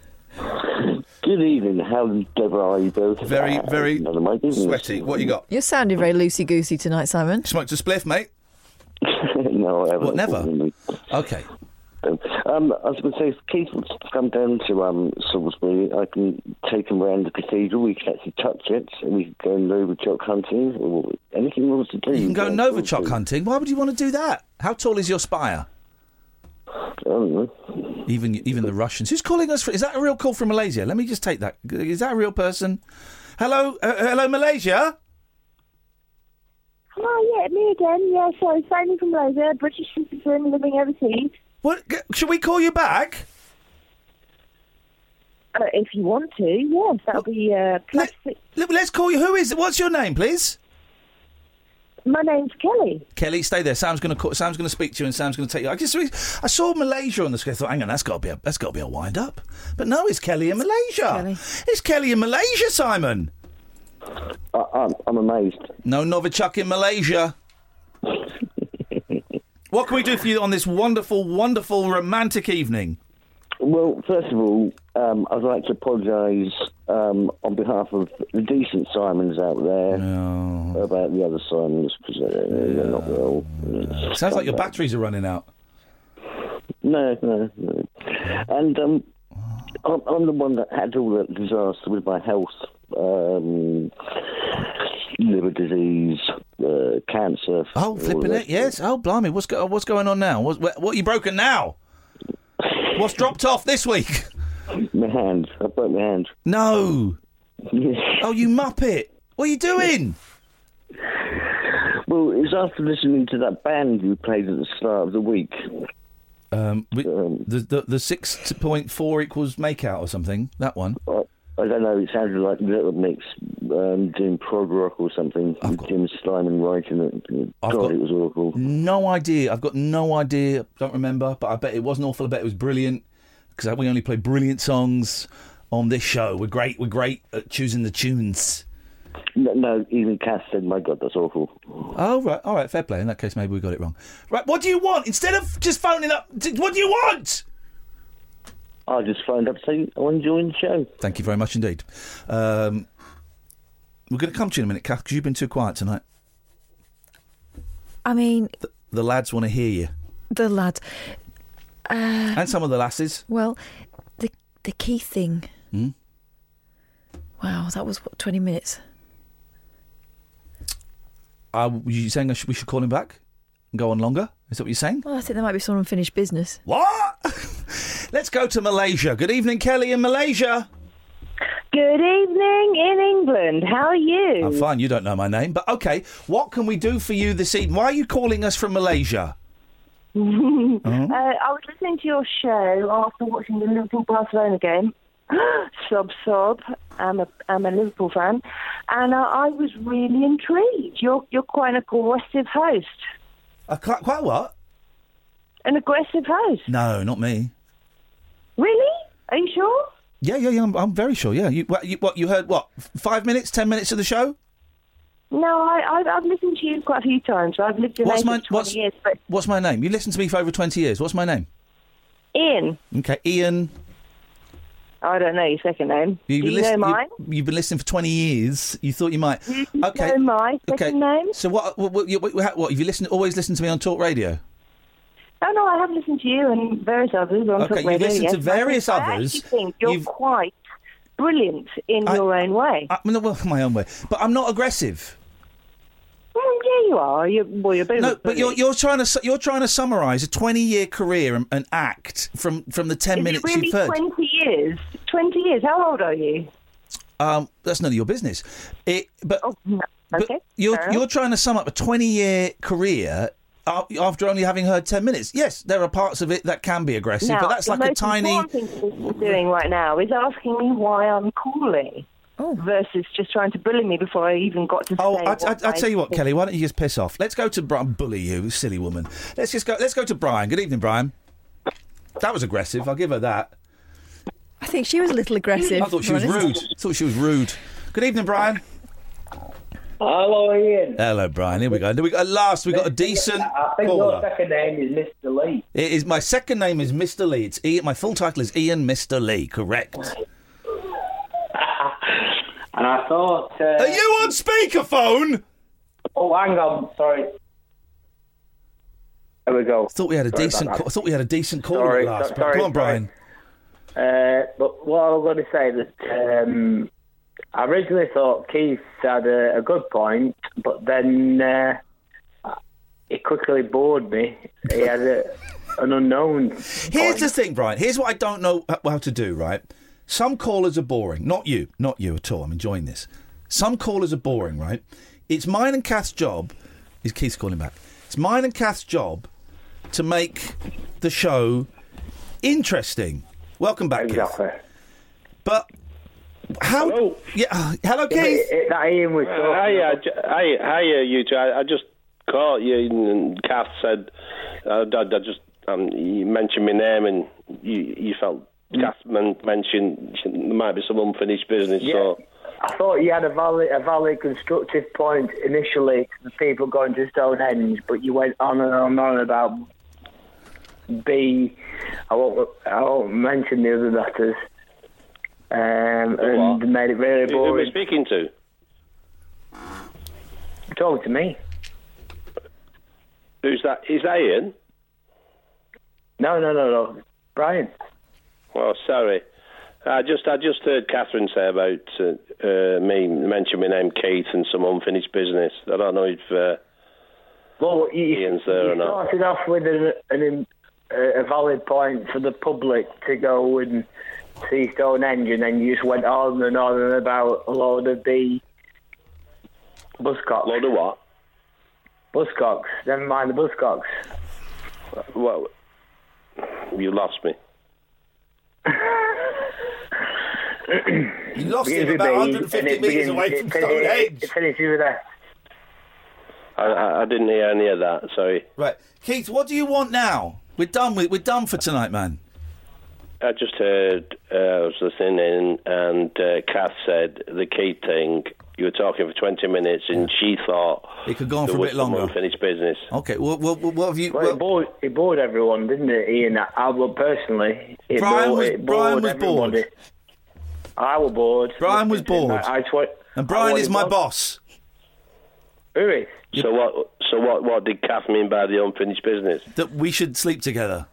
K: Good evening, Helen, Deborah, how are you both?
D: Very, very sweaty. What you got?
E: You're sounding very loosey goosey tonight, Simon.
D: Smoked a spliff, mate.
K: (laughs) no, I haven't.
D: What, never? Okay.
K: Um, I was going to say, if Keith wants to come down to um, Salisbury, I can take him round the cathedral. We can actually touch it, and we can go Novichok hunting, or anything you want to do.
D: You can go Novichok hunting. Why would you want to do that? How tall is your spire? Even even the Russians. Who's calling us? fr- Is that a real call from Malaysia? Let me just take that. Is that a real person? Hello, uh, hello, Malaysia.
L: Hi, Oh, yeah, me again. Yeah, so signing from Malaysia, British citizen, living overseas.
D: What? G- Should we call you back?
L: Uh, if you want to, yes, that'll be uh, plus six.
D: Let, us call you. Who is it? What's your name, please?
L: My name's Kelly.
D: Kelly, stay there. Sam's going to call, Sam's going to speak to you, and Sam's going to take you. I just I saw Malaysia on the screen. I thought, hang on, that's got to be a that's got to be a wind up. But no, it's Kelly in Malaysia. It's Kelly in Malaysia, Simon.
K: I, I'm, I'm amazed.
D: No Novichok
K: (laughs)
D: in Malaysia. what can we do for you on this wonderful, wonderful, romantic evening?
K: Well, first of all, um, I'd like to apologise um, on behalf of the decent Simons out there about the other Simons because they're, they're not well.
D: Sounds like your batteries are running out.
K: No, no, no. And um, I'm, I'm the one that had all that disaster with my health, um, liver disease, uh, cancer.
D: Oh, Flipping it, yes. Oh, blimey, what's go- what's going on now? What's, what, what you broken now? What's dropped off this week?
K: My hand. I broke my hand.
D: No.
K: oh,
D: you muppet! What are you doing?
K: Well, it was after listening to that band you played at the start of the week.
D: Um, we, the, the the six point four equals makeout or something. That one.
K: I, I don't know. It sounded like Little Mix um, doing prog rock or something. with Jim Steinman writing it. God, it was awful.
D: No idea. I've got no idea. Don't remember, but I bet it wasn't awful. I bet it was brilliant because we only play brilliant songs on this show. We're great. We're great at choosing the tunes.
K: No, no, even Cass said, "My God, that's awful."
D: Oh, right. All right. Fair play. In that case, maybe we got it wrong. Right. What do you want? Instead of just phoning up, d- what do you want?
K: I just phoned up saying I want to join the show.
D: Thank you very much indeed. Um, we're going to come to you in a minute, Kath, because you've been too quiet tonight.
E: I mean,
D: The lads want to hear you,
E: the lad. Uh,
D: and some of the lasses.
E: well, the the key thing.
D: Hmm?
E: Wow, that was what twenty minutes.
D: Are you saying I should, we should call him back and go on longer? Is that what you're saying?
E: Well, I think there might be some unfinished business.
D: What? (laughs) Let's go to Malaysia. Good evening, Kelly in Malaysia.
L: Good evening in England. How are you? (laughs)
D: I'm fine. You don't know my name, but okay. What can we do for you this evening? Why are you calling us from Malaysia? Uh-huh.
L: uh, I was listening to your show after watching the Liverpool Barcelona game. (gasps) sob, sob. I'm a, I'm a Liverpool fan. And uh, I, I was really intrigued. You're, you're quite an aggressive host.
D: A, quite, quite what?
L: An aggressive host.
D: No, not me.
L: Really? Are you sure?
D: Yeah, yeah, yeah. I'm, I'm very sure. Yeah. You what, you what? You heard what? F- Five minutes, ten minutes of the show?
L: No, I, I've, I've listened to you quite a few times. I've lived in
D: What's
L: Asia
D: my-
L: for 20
D: what's-
L: years. But
D: What's my name? You listened to me for over twenty years. What's my name?
L: Ian,
D: Okay, Ian.
L: I don't know your second name.
D: You've
L: Do
D: been
L: you know
D: listen-
L: mine?
D: You, have been listening for twenty years. You thought you might. Okay.
L: know my
D: okay.
L: second name?
D: So what? What? What? what, what, what have you listened? Always listened to me on Talk Radio.
L: Oh no, I have listened to you and various others on
D: Okay,
L: Talk
D: you
L: Radio,
D: listen
L: yes.
D: to various
L: I actually
D: others.
L: think you're
D: You've-
L: quite brilliant in
D: I-
L: your own way.
D: I, no, well, (laughs) my own way, but I'm not aggressive.
L: Well, Mm, yeah, you are. You're, well, you're a bit of
D: No,
L: a
D: but
L: bully.
D: you're you're trying to su- you're trying to summarise a 20 year career and, and act from from the 10
L: Is
D: minutes
L: it really
D: you've heard.
L: twenty years? Twenty years. How old are you?
D: Um, that's none of your business. It, but
L: Oh, okay,
D: but you're
L: fair enough.
D: you're trying to sum up a 20 year career. a- After only having heard ten minutes, yes, there are parts of it that can be aggressive,
L: now,
D: but that's
L: the
D: like a
L: most
D: tiny.
L: important thing you're doing right now is asking me why I'm calling. Versus just trying to bully me before I even got to
D: Oh,
L: say.
D: I,
L: what
D: I, I tell you what,
L: think.
D: Kelly, why don't you just piss off? Let's go to Brian. Bully you, silly woman. Let's just go. Let's go to Brian. Good evening, Brian. That was aggressive. I'll give her that.
E: I think she was a little aggressive.
D: I thought she
E: to
D: was
E: be honest.
D: rude. I thought she was rude. Good evening, Brian.
M: Hello, Ian.
D: Hello, Brian. Here we go. We got, at last, we got a decent
M: I think your
D: caller.
M: second name is Mr. Lee.
D: It is my second name is Mr. Lee. It's Ian, my full title is Ian Mr. Lee. Correct.
M: And I thought. Uh, Are
D: you on speakerphone?
M: Oh, hang on. Sorry. There we go.
D: Thought we had a
M: Sorry about
D: decent.
M: that.
D: Call, I thought we had a decent caller
M: Sorry,
D: at last.
M: so- sorry,
D: Come on, Brian.
M: Uh, but what I was going to say that um, I originally thought Keith had a, a good point, but then uh, it quickly bored me. He had a, an unknown.
D: Here's the thing, Brian. Here's what I don't know h- how to do, right? Some callers are boring. Not you. Not you at all. I'm enjoying this. Some callers are boring, right? It's mine and Kath's job. Is Keith's calling back? It's mine and Kath's job to make the show interesting. Welcome back,
M: Exactly.
D: Keith. But how? Hello. Yeah. uh, Hello, Keith.
M: that Ian was
F: Uh, hiya, J- hiya, hiya, you two. I, I just caught you, and Kath said, uh, I, I just um, you mentioned my name, and you you felt
D: Mm.
F: Kath men- mentioned there might be some unfinished business. So
M: I thought you had a valid, a valid constructive point initially to the people going to Stonehenge, but you went on and on and on about B. I won't, I won't mention the other letters, um, and made it very
F: who, who are we
M: boring.
F: speaking to?
M: Talk to me.
F: Who's that? Is that Ian?
M: No, no, no, no. Brian.
F: Oh, sorry. I just I just heard Catherine say about uh, uh, me mention my name Keith and some unfinished business. I don't know if uh,
M: well,
F: Ian's there or
M: You
F: not.
M: started off with an, an, a valid point for the public to go and see Stonehenge, and then you just went on and on and about a load of the buscocks. Load
F: of what?
M: Buscocks. Never mind the buscocks.
F: Well, you lost me.
D: You
F: lost him
M: Begins with
F: about
M: B,
F: 150
M: and it
F: metres
M: begins-
F: away
M: it
F: from
M: fin- it-
F: Stonehenge.
M: It finishes with a
F: I, I, I didn't hear any of that. Sorry.
D: Right, Keith. What do you want now? We're done with. We're done for tonight, man.
F: I just heard, uh, I was listening in, and uh, Kath said the key thing. You were talking for 20 minutes, and she thought
D: It could go on
F: there
D: for a
F: was
D: bit
F: some
D: longer.
F: Unfinished business.
D: Okay, well, well, well what have you.
M: Well, it, bored, it bored everyone, didn't it, Ian? I, I well, personally, it
D: Brian
M: bored,
D: was-
M: it
D: Brian
M: bored
D: was bored.
M: everybody. I was bored.
D: Brian was
M: Listening.
D: bored.
M: I, I twi-
D: And Brian
M: I
D: is my
M: wanted-
D: boss.
M: Who is?
F: So what? So what? What did Kath mean by the unfinished business?
D: That we should sleep together.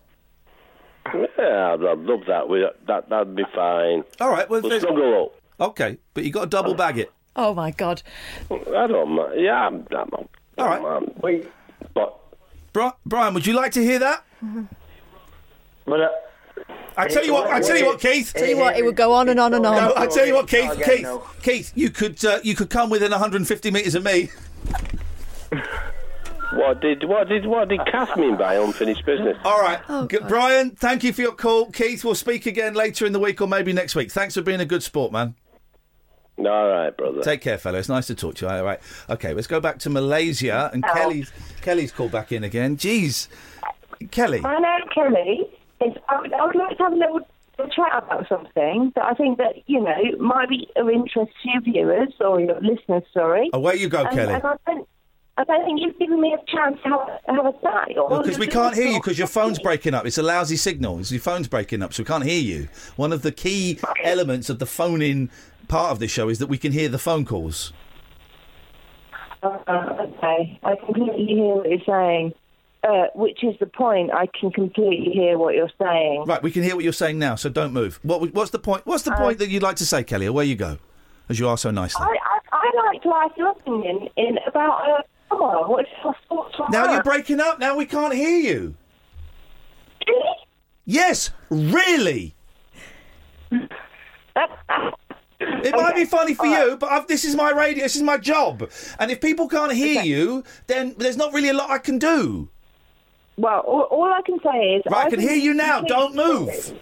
F: Yeah, I'd, I'd love that. We, that that'd be fine.
D: All right. Well,
F: we'll
D: there's-
F: snuggle up.
D: Okay, but you got to double bag it.
E: Oh my God.
F: I don't mind. Yeah, I'm. I'm, I'm All right. Wait. But
D: Bri- Brian, would you like to hear that?
M: But uh,
D: I tell you what, I tell you what, Keith.
E: Tell you what, it would go on and on and on.
D: No, I tell you what, Keith,
E: Okay,
D: Keith,
E: no.
D: Keith, you could uh, you could come within 150 metres of me.
F: what did what did what did Kath mean by unfinished business?
D: All right, G- Brian, thank you for your call. Keith, we'll speak again later in the week or maybe next week. Thanks for being a good sport, man.
F: All right, brother.
D: Take care, fellow. It's nice to talk to you. All right, okay, let's go back to Malaysia and Kelly's Kelly's called back in again. Jeez, Kelly.
L: My name Kelly. Is, I, would, I would like to have a little chat about something that I think that, you know, might be of interest to your viewers or your listeners, sorry.
D: Away you go,
L: And-
D: Kelly.
L: and I, don't, I don't think you've given me a chance to have, have a say. or-
D: Because we can't hear you because your phone's breaking up. It's a lousy signal. It's- Your phone's breaking up, so we can't hear you. One of the key elements of the phone in part of this show is that we can hear the phone calls.
L: Uh, okay, I completely hear what you're saying, uh, which is the point. I can completely hear what you're saying.
D: Right, we can hear what you're saying now, so don't move. What, what's the point? What's the point that you'd like to say, Kelly? Away you go, as you are so nicely.
L: I, I, I'd like to ask your opinion in about, uh, come on, what's your thoughts on
D: Now
L: that?
D: you're breaking up. Now we can't hear you. Yes, really. It might be funny for you, but I've, this is my radio. This is my job. And if people can't hear you, then there's not really a lot I can do.
L: Well, all, all I can say is.
D: Right, I can
L: think
D: hear you now.
L: it's
D: Don't
L: completely-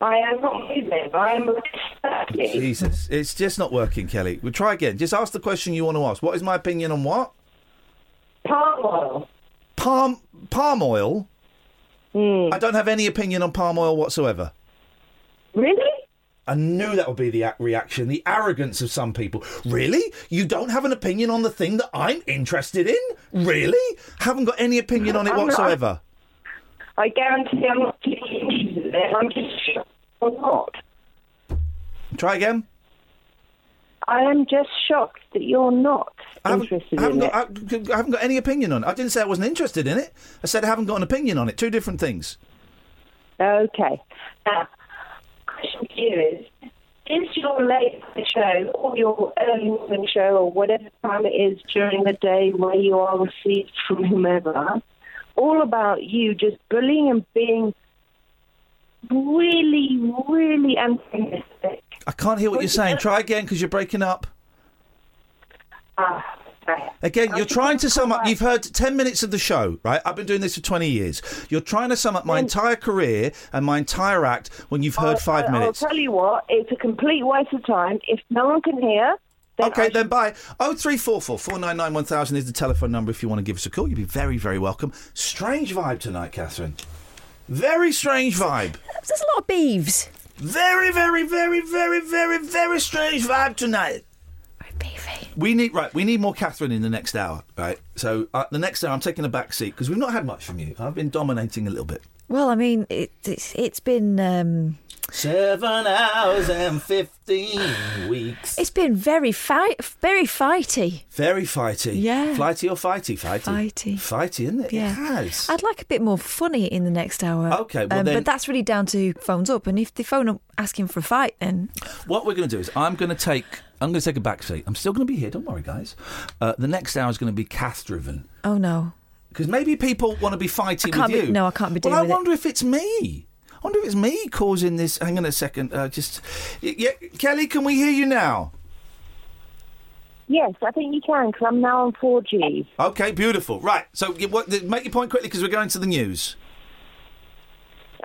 L: I am not moving. I am static.
D: Jesus, it's just not working, Kelly. We'll try again. Just ask the question you want to ask. What is my opinion on what?
L: Palm oil.
D: Palm palm oil.
L: Hmm.
D: I don't have any opinion on palm oil whatsoever.
L: Really?
D: I knew that would be the ac- reaction, the arrogance of some people. Really? You don't have an opinion on the thing that I'm interested in? Really? Haven't got any opinion on it
L: I'm not-
D: whatsoever.
L: I guarantee I'm not interested in it. I'm just shocked I'm not.
D: Try again.
L: I am just shocked that you're not interested
D: I haven't,
L: in
D: got,
L: it.
D: I, I haven't got any opinion on it. I didn't say I wasn't interested in it. I said I haven't got an opinion on it. Two different things.
L: Okay. Now, question to you is, is your late night show or your early morning show or whatever time it is during the day where you are received from whomever all about you just bullying and being really, really antagonistic?
D: I can't hear what you're saying. Try again because you're breaking up.
L: Ah, okay.
D: Again, you're trying to sum up. You've heard 10 minutes of the show, right? I've been doing this for 20 years. You're trying to sum up my entire career and my entire act when you've heard five
L: Oh, I'll-
D: minutes.
L: I'll tell you what, it's a complete waste of time. If no one can hear, then
D: okay,
L: I
D: then bye. Oh three four four four nine nine one thousand is the telephone number if you want to give us a call. You'd be very, very welcome. Strange vibe tonight, Catherine. Very strange vibe.
E: There's a lot of beeves.
D: Very, very, very, very, very, very strange vibe tonight. We need right. We need more Catherine in the next hour, right? So uh, the next hour, I'm taking a back seat because we've not had much from you. I've been dominating a little bit.
E: Well, I mean, it, it's it's been um,
D: Seven hours and fifteen weeks.
E: it's been very fight very fighty.
D: Very fighty.
E: Yeah.
D: Flighty or fighty? Fighty.
E: Fighty.
D: Fighty, isn't it? It
E: Yeah,
D: has.
E: I'd like a bit more funny in the next hour.
D: Okay, well
E: um,
D: then-
E: but that's really down to who phones up, and if they phone up asking for a fight, then
D: What we're going to do is I'm going to take I'm going to take a back seat. I'm still going to be here. Don't worry, guys. Uh, the next hour is going to be Kath driven
E: oh no,
D: because maybe people want to be fighting
E: I can't
D: with
E: be-
D: you.
E: no, I can't be
D: Well,
E: dealing
D: I
E: with it.
D: wonder if it's me. I wonder if it's me causing this. Hang on a second. Uh, just y- yeah, Kelly, can we hear you now?
L: Yes, I think you can because I'm now on 4G.
D: Okay, beautiful. Right. So y- what, th- make your point quickly because we're going to the news.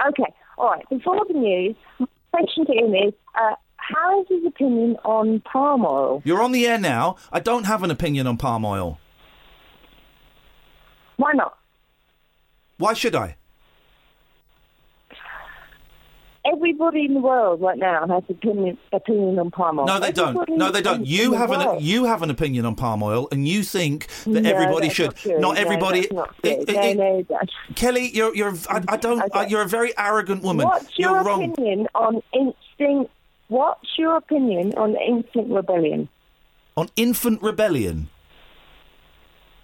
L: Okay, all right. Before the news, my question to him is uh, how is his opinion on palm oil?
D: You're on the air now. I don't have an opinion on palm oil.
L: Why not?
D: Why should I?
L: everybody in the world right now has opinion opinion on palm oil.
D: No, they don't.
L: Everybody
D: No, they
L: in-
D: don't. You
L: in
D: have
L: the
D: an
L: world.
D: you have an opinion on palm oil, and you think that
L: No,
D: everybody
L: that's
D: should.
L: not true. No,
D: everybody.
L: that's not
D: it-
L: true.
D: it-
L: No,
D: it-
L: no,
D: Kelly, you're you're. I, I don't. I, you're a very arrogant woman.
L: What's
D: you're
L: your
D: wrong.
L: opinion on instinct? What's your opinion on instant rebellion?
D: On infant rebellion.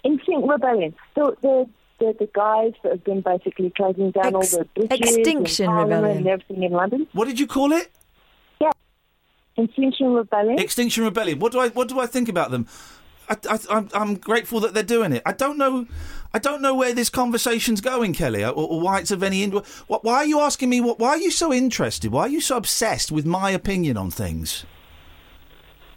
L: Instinct rebellion. So the the, the guys that have been basically closing down
E: Ex-
L: all the bridges
E: Extinction
L: and Parliament
E: Rebellion.
L: and everything in London.
D: What did you call it?
L: Yeah, Extinction Rebellion.
D: Extinction Rebellion. What do I what do I think about them? I, I, I'm, I'm grateful that they're doing it. I don't know, I don't know where this conversation's going, Kelly, or, or why it's of any. In- why, why are you asking me? What? Why are you so interested? Why are you so obsessed with my opinion on things?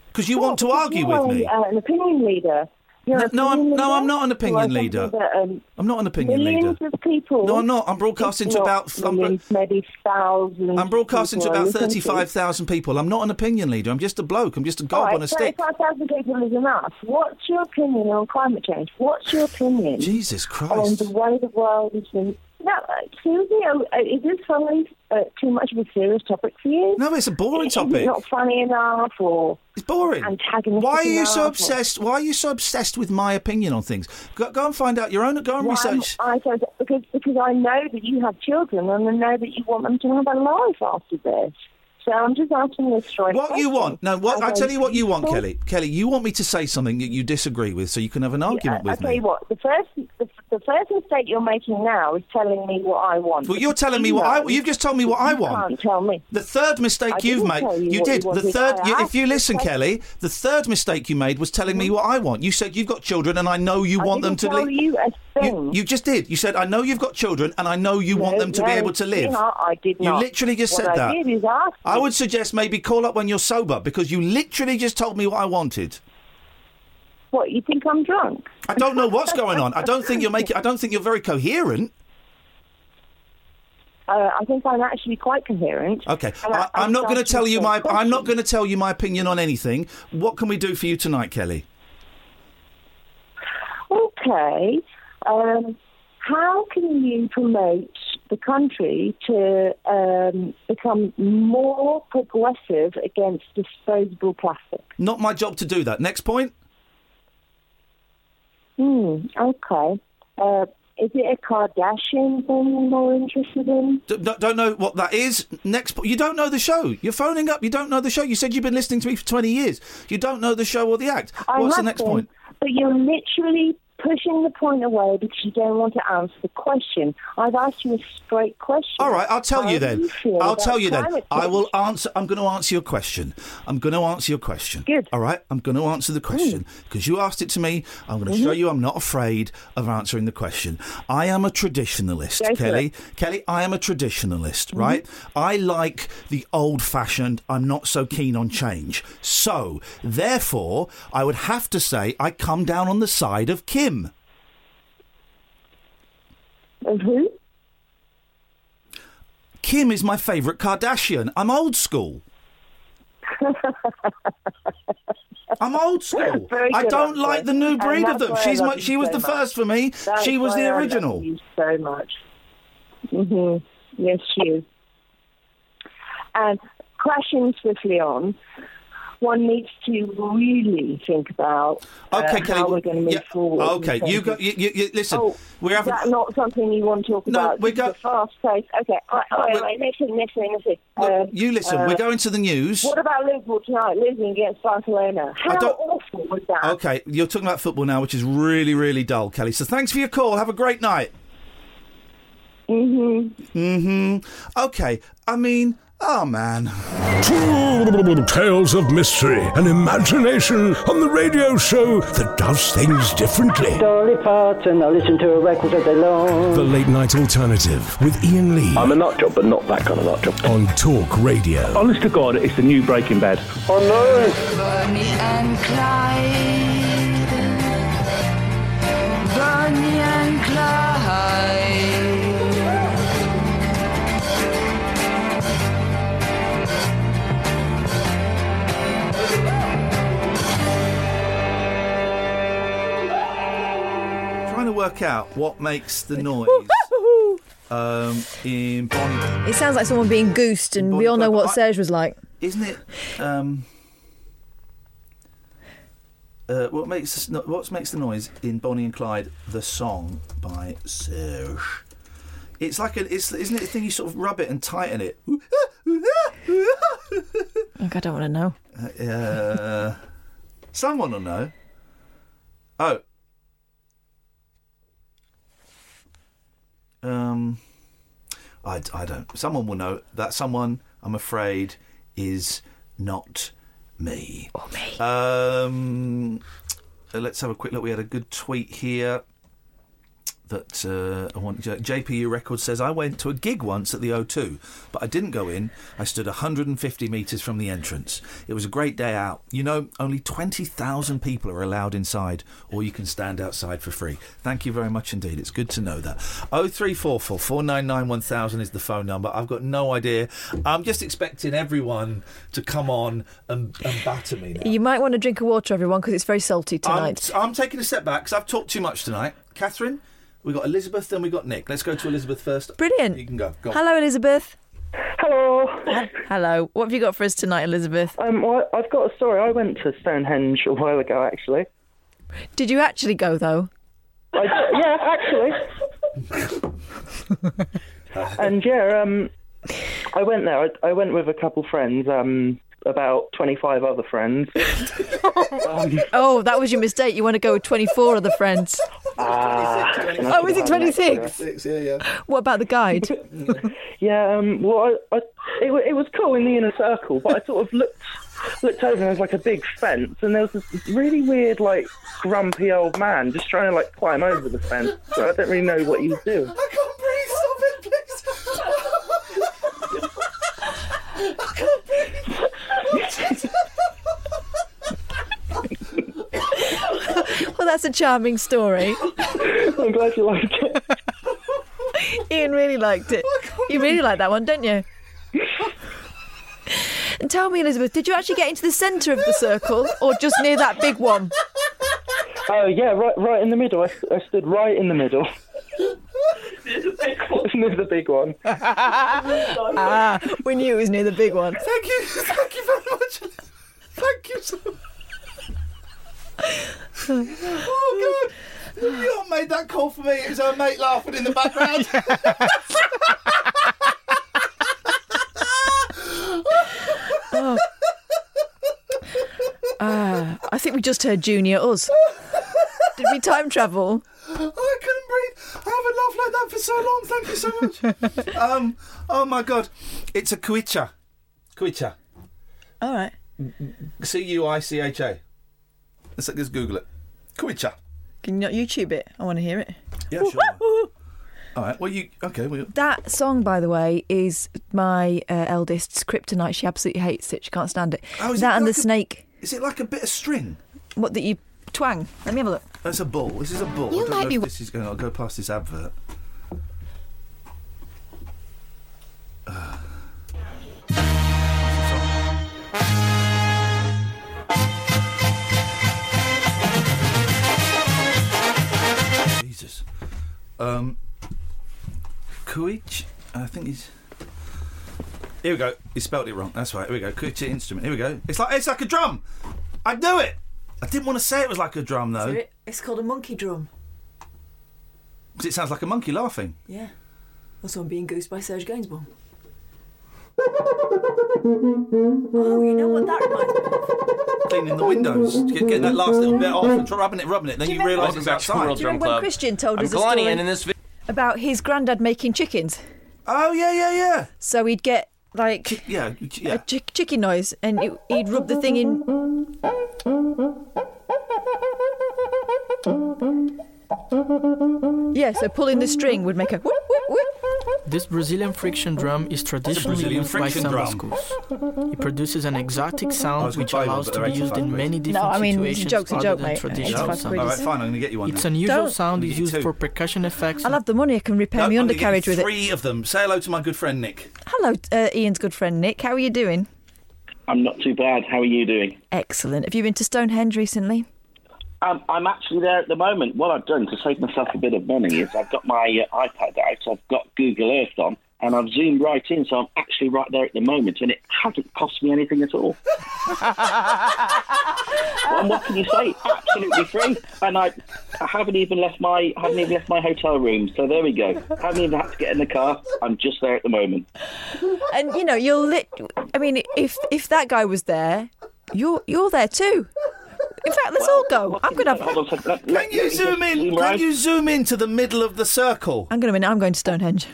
D: Because you want to argue
L: You're
D: with me.
L: a- uh, an opinion leader. You're an
D: no, I'm
L: opinion
D: no,
L: leader.
D: I'm not an
L: You
D: opinion
L: are
D: leader.
L: something that, um,
D: I'm not an opinion leader.
L: millions of people.
D: No, I'm not. I'm broadcasting
L: if
D: to
L: not
D: about- I'm
L: millions, maybe thousands.
D: I'm broadcasting to
L: people are
D: about
L: listening
D: thirty-five thousand people. I'm not an opinion leader. I'm just a bloke. I'm just a gob
L: All right,
D: on a stick.
L: 35,000 people is enough. What's your opinion on climate change? What's your opinion?
D: Jesus Christ.
L: On the way the world is being. No, uh, seriously, uh, uh, is this funny? Uh, too much of a serious topic for you?
D: No, it's a boring
L: Is
D: topic.
L: it not funny enough or.
D: It's boring.
L: Antagonistic
D: Why are you so
L: enough or-
D: obsessed? Why are you so obsessed with my opinion on things? Go, go and find out your own. Go and
L: Why am
D: research.
L: I so, because, because I know that you have children and I know that you want them to have a life after this. So I'm just asking this straight
D: What you want? No, what I
L: Okay.
D: tell you what you want,
L: Well-
D: Kelly. Kelly, you want me to say something that you disagree with, so you can have an argument
L: I
D: with
L: tell
D: me.
L: you what, the first the, the first mistake you're making now is telling me what I want.
D: Well, you're telling me what I. You've just told me what I want.
L: Can't tell me.
D: The third mistake
L: I
D: you've
L: didn't
D: made.
L: tell you what
D: did.
L: you
D: the
L: wanted.
D: third.
L: I
D: You, if
L: asked
D: you
L: the
D: listen,
L: question. Mm-hmm.
D: Kelly, the third mistake you made was telling me what I want. You said you've got children, and I know you
L: I
D: want them
L: didn't
D: to
L: tell
D: live.
L: you a
D: You, you just did. You said I know you've got children, and I know you want
L: No,
D: them to be
L: no,
D: able to live.
L: sweetheart, I did not.
D: You literally just
L: What
D: said
L: I
D: that.
L: did is ask
D: I
L: you.
D: would suggest maybe call up when you're sober because you literally just told me what I wanted.
L: What you think I'm drunk?
D: I don't know what's
L: (laughs)
D: going on. I don't think you're making. I don't think you're very coherent.
L: Uh, I think I'm actually quite coherent.
D: Okay,
L: And I-
D: I, I'm not
L: I've
D: going to
L: asked
D: tell you my.
L: a
D: I'm not going to tell you my opinion on anything. What can we do for you tonight, Kelly?
L: Okay. Um, how can you promote the country to um, become more progressive against disposable plastic?
D: Not my job to do that. Next point.
L: Hmm. Okay. Uh, is it a Kardashian thing you're more interested in?
D: D- don't, don't know what that is. Next, po- you don't know the show. You're phoning up. You don't know the show. You said you've been listening to me for 20 years. You don't know the show or the act.
L: I
D: What's the
L: have
D: next
L: been,
D: point?
L: But you're literally pushing the point away because you don't want to answer the question. I've asked you a straight question.
D: All right, I'll tell
L: How
D: you
L: do
D: then.
L: feel
D: I'll
L: about
D: tell you then.
L: climate
D: I
L: change?
D: will answer. I'm going to answer your question. I'm going to answer your question. Good. All right, I'm going to answer the question because you asked it to me. I'm going to show
L: Mm-hmm.
N: Mhm.
D: you I'm not afraid of answering the question. I am a traditionalist,
N: Go for
D: Kelly. Kelly, I am a traditionalist,
L: Mm-hmm.
D: right? I like the old fashioned. I'm not so keen on change. So, therefore, I would have to say I come down on the side of Kim.
L: Of who?
D: Kim is my favourite Kardashian. I'm old school. I'm old school.
L: (laughs) Very
D: I
L: good
D: don't
L: answer.
D: like the new
L: And
D: breed of
L: that's
D: them.
L: why I
D: She's
L: love
D: my,
L: you
D: she was
L: so
D: the
L: much.
D: first for me.
L: That's
D: she was
L: why
D: the
L: I love
D: original.
L: you so much. hmm Yes, she is. And crashing swiftly on, one needs to really think about uh,
D: Okay, Kelly.
L: how we're going to move
D: yeah,
L: forward. in
D: okay,
L: terms
D: you
L: of-
D: got you, you, you- listen.
L: Oh,
D: we're
L: is
D: having
L: that not something you want to talk
D: No,
L: about?
D: we're
L: This is
D: go-
L: a fast pace. Okay, all right, all right,
D: We're-
L: all right, next thing, next thing, next thing. Um,
D: you listen.
L: uh,
D: we're going to the news.
L: What about Liverpool tonight losing against Barcelona? How awful was that?
D: Okay, you're talking about football now, which is really really dull, Kelly. So thanks for your call. Have a great night.
L: Mhm.
D: Mhm. Mm-hmm. Okay. I mean, oh man.
B: Tales of mystery and imagination on the radio show that does things differently.
O: Dolly Parton, I listen to her records all day long.
B: The Late Night Alternative with Ian Lee. I'm
P: a nut job, but not that kind of nut job.
B: On Talk Radio.
P: Honest to God, it's the new Breaking Bad.
O: Oh no!
G: Bonnie and Clyde. Bonnie and Clyde.
D: Trying to work out what makes the noise. um, in Bonnie.
E: It sounds like someone being goosed, and we all know what Serge was
D: (laughs)
E: like.
D: Isn't it? Um, uh, what makes us- no, what makes the noise in Bonnie and Clyde? The song by Serge. It's like a, it's isn't it a thing you sort of rub it and tighten it.
E: Look, I don't want to know.
D: Uh, someone will know. Oh. Um, I, I don't. Someone will know. That someone, I'm afraid, is not me. Or me. Um, uh, let's have a quick look. We had a good tweet here that uh, I want. JPU Records says I went to a gig once at the O2, but I didn't go in. I stood 150 metres from the entrance. It was a great day out. You know, only 20,000 people are allowed inside, or you can stand outside for free. Thank you very much indeed. It's good to know that. 0344 499 1000 is the phone number. I've got no idea. I'm just expecting everyone to come on and, and batter me now.
E: You might want to drink a water, everyone, because it's very salty tonight.
D: I'm, I'm taking a step back because I've talked too much tonight. Catherine, we got Elizabeth, then we got Nick. Let's go to Elizabeth first.
E: Brilliant.
D: You can go. go on.
E: Hello, Elizabeth.
N: Hello.
E: Hello. What have you got for us tonight, Elizabeth?
N: Um, well, I've got a story. I went to Stonehenge a while ago, actually.
E: Did you actually go though?
N: I, yeah, actually. and yeah, um, I went there. I, I went with a couple friends, um, about twenty-five other
E: (laughs)
N: friends.
E: oh, that was your mistake. You want to go with 24 other friends.
N: Ah.
E: Oh, is it 26?
D: yeah, yeah.
E: What about the guide? (laughs)
N: Yeah, um, well, I, I, it, wa- it was cool in the inner circle, but I sort of looked looked over and there was like a big fence, and there was this really weird, like grumpy old man just trying to like climb over the fence. So I don't really know what he was doing.
G: can't breathe.
D: (laughs)
G: Stop it, please. I can't
D: (laughs)
E: well, that's a charming story.
N: (laughs) I'm glad you liked it.
E: (laughs) Ian really liked it. You really like that one, don't you? And tell me, Elizabeth, did you actually get into the centre of the circle or just near that big one?
N: Oh yeah, right, right in the middle. I, I stood right in the middle. Near the big one.
E: ah, we knew it was near the big one.
D: Thank you, thank you very much. Thank you so much. oh God! You lot made that call for me. It was our mate laughing in the
E: (laughs)
D: background.
E: (laughs) Oh. Ah, I think we just heard Junior us. Did we time travel?
D: I couldn't breathe. I haven't laughed like that for so long. Thank you so much. um, oh my God, it's a cuicha. Cuicha.
E: All right.
D: C U I C H A. Let's let's Google it. Cuicha.
E: Can you not YouTube it? I want to hear it.
D: Yeah, sure. All right. Well, you okay? Well,
E: That song, by the way, is my uh, eldest's kryptonite. She absolutely hates it. She can't stand it.
D: Oh, is
E: that
D: it
E: and
D: like
E: the
D: a-
E: snake.
D: Is it like a bit of string?
E: What that you twang? Let me have a look.
D: That's a ball. This is a ball.
E: You
D: I don't
E: might
D: know
E: be-
D: if this is going. I'll go past this advert. (sighs) Jesus. Um, Kuich, I think he's. Here we go. He spelled it wrong. That's right. Here we go. Kuich instrument. Here we go. It's like it's like a drum. I knew it. I didn't want to say it was like a drum though,
Q: So it- It's called a monkey drum.
D: 'cause it sounds like a monkey laughing.
Q: Yeah. Also, I'm being goosed by Serge Gainsbourg.
D: Oh, you know what that reminds me of? Cleaning the windows. Get, get that last little bit off and try rubbing it, rubbing it. Then you, realise it's outside.
E: Do you remember when Christian told
J: I'm
E: us a
J: Kalani,
E: story
J: and in this vi-
E: about his granddad making chickens?
D: Oh yeah, yeah, yeah.
E: So he'd get like
D: Yeah, yeah.
E: a chick- chicken noise, and it, he'd rub the thing in. Yeah, so pulling the string would make a whoop whoop whoop.
R: This Brazilian friction drum is traditionally
D: Brazilian
R: used by
D: friction
R: samba
D: drum.
R: schools. It produces an exotic
D: I
R: sound
D: was gonna
R: which
D: buy one,
R: allows
D: but
R: to
D: they're
R: be used in
D: 85
R: many
D: quid.
R: different
E: No, I mean,
R: situations
E: joke's a
R: other
E: joke,
R: than
E: mate. It's
R: traditional
E: five quid.
R: samba.
E: All right, fine,
D: I'm gonna get you one
R: Its
D: then.
R: unusual
E: Don't-
R: sound is
D: I'm gonna
R: used
D: get you
R: for percussion effects.
E: I'll have the money. I can repair my
D: I'm gonna get you
E: undercarriage with it.
D: Three of them. Say hello to my good friend Nick.
E: Hello, uh, Ian's good friend Nick. How are you doing?
S: I'm not too bad. How are you doing?
E: Excellent. Have you been to Stonehenge recently?
T: Um, I'm actually there at the moment. What I've done to save myself a bit of money is I've got my uh, iPad out, I've got Google Earth on, and I've zoomed right in, so I'm actually right there at the moment, and it hasn't cost me anything at all. and what can you
E: (laughs)
T: say? Absolutely free. And I, I haven't even left my haven't even left my hotel room, so there we go. haven't even had to get in the car. I'm just there at the moment.
E: and you know you'll lit. I mean, if if that guy was there, you're you're there too. In fact, let's all go. I'm gonna have.
T: Hold on a second. Let-
D: Can
T: let- let
D: you
T: me
D: zoom
T: just
D: in? Can
T: round.
D: you zoom into the middle of the circle?
E: I'm gonna. minute. I'm going to Stonehenge.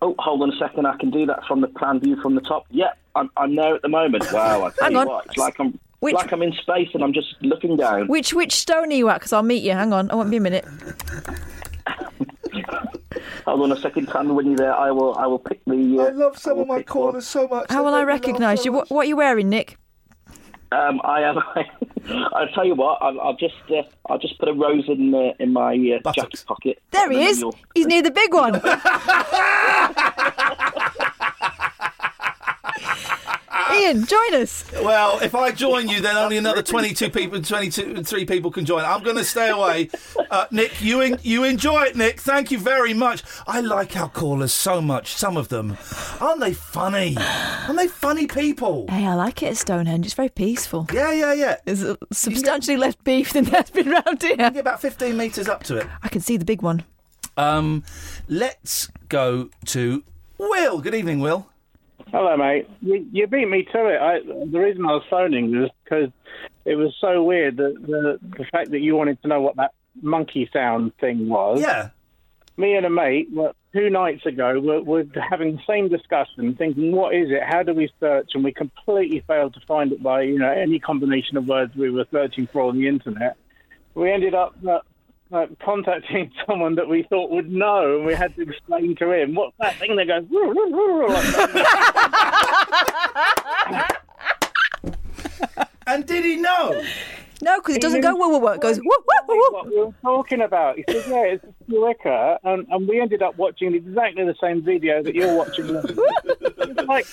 T: Oh, hold on a second. I can do that from the plan view from the top. Yeah, I'm, I'm there at the moment. Wow, I tell
E: Hang
T: you
E: on.
T: what, it's like I'm
E: Which-
T: like I'm in space and I'm just looking down.
E: Which which stone are you at? Because I'll meet you. Hang on, I won't be a minute.
T: Hold on a second, Tan. When you're there, I will I will pick the. Uh, I love
E: some of my
T: corners
D: so much.
E: How will I recognise you? What what are you wearing, Nick?
T: Um, I am. (laughs) I will tell you what. I'll, I'll just uh, I'll just put a rose in uh, in my uh, jacket pocket.
E: There he
T: And then
E: is.
T: you'll-
E: He's near the
D: (laughs)
E: big one. Ian, join us.
D: Uh, Well, if I join you, then only another 22 people, 22, three people can join. I'm going to stay away. Uh, Nick, you en- you enjoy it, Nick. Thank you very much. I like our callers so much. Some of them, aren't they funny? Aren't they funny people?
E: Hey, I like it at Stonehenge. It's very peaceful.
D: Yeah, yeah, yeah.
E: There's uh, substantially less beef than there's been round here. You
D: get about 15 metres up to it.
E: I can see the big one.
D: Um, let's go to Will. Good evening, Will.
A: Hello, mate. You, you beat me to it. I, the reason I was phoning is because it was so weird that the, the fact that you wanted to know what that monkey sound thing was.
D: Yeah.
A: Me and a mate were, two nights ago were, were having the same discussion, thinking, what is it? How do we search? And we completely failed to find it by you know any combination of words we were searching for on the internet. We ended up uh, uh, contacting (laughs) someone that we thought would know, and we had to explain to him what's that thing that goes. "Woo, woo, woo," like that.
D: And did he know?
E: No, because it doesn't go woo woo woo. It goes woo woo woo woo.
A: What we were talking about. He said, "Yeah, it's a slicker," and, and we ended up watching exactly the same video that you're watching. now. (laughs) it's like,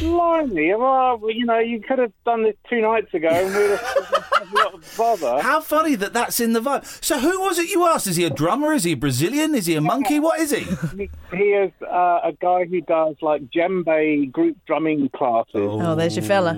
A: blimey, well, you know, you could have done this two nights ago, and we'd have had a lot of bother.
D: How funny that that's in the vibe. So, who was it you asked? Is he a drummer? Is he a Brazilian? Is he a monkey? What is he?
A: He, he is uh, a guy who does like djembe group drumming classes.
E: Oh, there's your fella.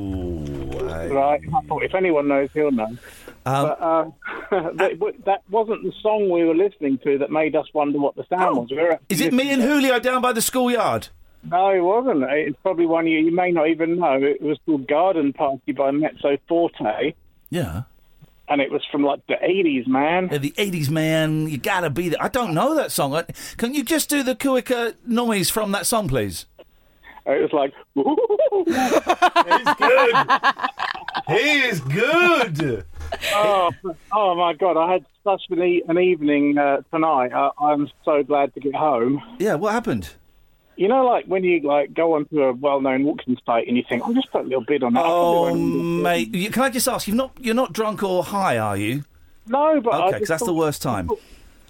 A: Right. I thought if anyone knows, he'll know. but, um, (laughs) that, but that wasn't the song we were listening to that made us wonder what the sound
E: Oh.
A: was. We were
D: Is it me and Julio down by the schoolyard?
A: No, it wasn't. It's probably one you, you may not even know. It was called Garden Party by Mezzo Forte,
D: Yeah.
A: and it was from like the 80s, man.
D: Yeah, the 80s, man. You gotta be there. I don't know that song. I- Can you just do the Kuika noise from that song, please?
A: It was
D: (laughs)
A: like.
D: He is good.
A: (laughs) oh, oh, my God. I had such an, e- an evening uh, tonight. I, I'm so glad to get home.
D: Yeah, what happened?
A: You know, like when you like go onto a well-known auction site and you think, "I'll just put a little bid on that." I'll
D: Oh,
A: put a little bid on that."
D: mate. You, can I just ask? You've not, you're not drunk or high, are you?
A: No, but I
D: Okay,
A: just
D: because that's the
A: thought-
D: worst time.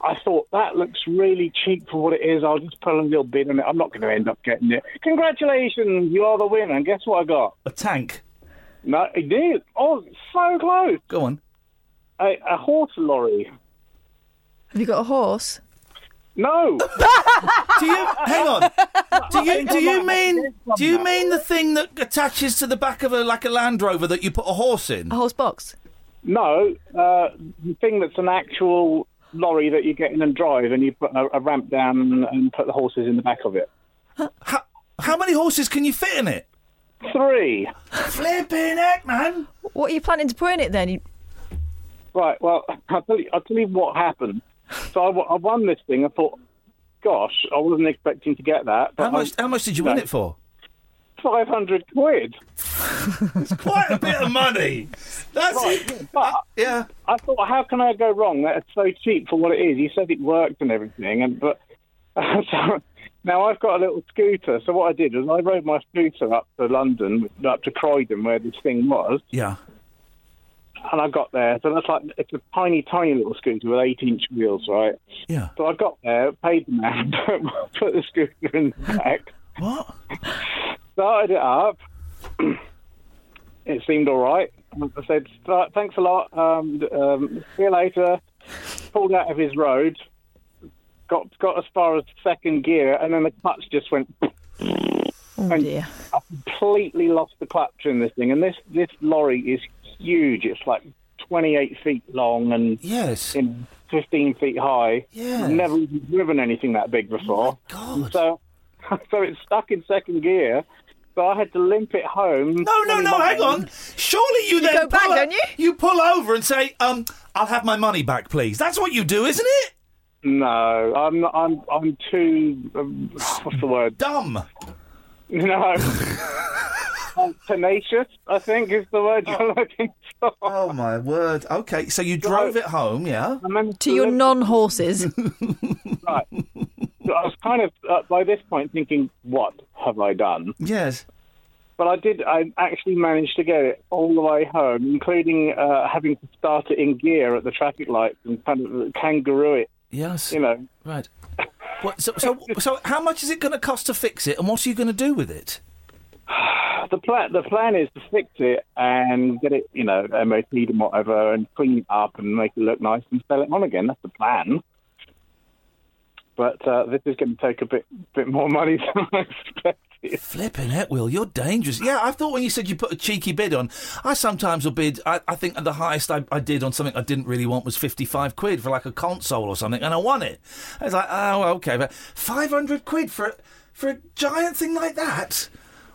A: I thought that looks really cheap for what it is. I'll just put a little bid on it. I'm not going to end up getting it. Congratulations, you are the winner. And guess what I got?
D: A tank.
A: No, it is. Oh, so close.
D: Go on.
A: A, a horse lorry.
E: Have you got a horse?
A: No.
D: do you hang on? Do you do you mean do you mean the thing that attaches to the back of a like a Land Rover that you put a horse in? A
E: horse box.
A: No, uh, the thing that's an actual lorry that you get in and drive, and you put a, a ramp down and put the horses in the back of it.
D: How many horses can you fit in it?
A: Three.
D: Flipping heck, man!
E: What are you planning to put in it then? You-
A: Right. Well, I'll tell you. I'll tell you what happened. So I, w- I won this thing. I thought, gosh, I wasn't expecting to get that.
D: How much? How much did you win it for?
A: Five hundred quid.
D: Quite a bit of money. That's Uh,
A: it. But,
D: yeah.
A: I thought, how can I go wrong? That's so cheap for what it is. You said it worked and everything, and but (laughs) so, now I've got a little scooter. So what I did was I rode my scooter up to London, up to Croydon, where this thing was.
D: (laughs) Yeah.
A: and I got there. So that's like it's a tiny, tiny little scooter with eight-inch wheels, right?
D: Yeah.
A: So I got there, paid the man, (laughs) put the scooter in the back.
D: What?
A: Started (clears throat) it up. it seemed all right. I said, "Th- thanks a lot. Um, d- um, see you later. Pulled out of his road, got got as far as second gear, and then the clutch just went.
E: Oh,
A: and I completely lost the clutch in this thing. And this, this lorry is huge. It's like 28 feet long and
D: yes.
A: 15 feet high.
D: Yes. Oh,
A: Never even driven anything that big before.
D: God.
A: So, (laughs) so it's stuck in second gear. So I had to limp it home.
D: No, no, no, hang on. Surely you, then
A: go
D: pull
A: back,
D: o-
A: don't
D: you? pull over and say, um, I'll have my money back, please. That's what you do, isn't it?
A: No, I'm not, I'm I'm too um, what's the word?
D: Dumb.
A: (laughs) No. Um, tenacious, I think, is the word you're looking for.
D: Oh my word. Okay, so you drove it home, yeah?
E: To your non
D: (laughs)
E: horses.
A: Right. So I was kind of uh, by this point thinking, what have I done?
D: Yes.
A: But I did. I actually managed to get it all the way home, including uh, having to start it in gear at the traffic lights and kind of kangaroo it.
D: Yes.
A: You know.
D: Right. What, so, so, so, how much is it going to cost to fix it, and what are you going to do with it?
A: The plan the plan is to fix it and get it, you know, MOT'd and whatever, and clean it up and make it look nice and sell it on again. That's the plan. But uh, this is going to take a bit bit more money (laughs) than I expected.
D: Flipping it, Will. You're dangerous. Yeah, I thought when you said you put a cheeky bid on, I sometimes will bid. I, I think the highest I, I did on something I didn't really want was 55 quid for like a console or something, and I won it. I was like, oh, okay, but 500 quid for, a- for a giant thing like that?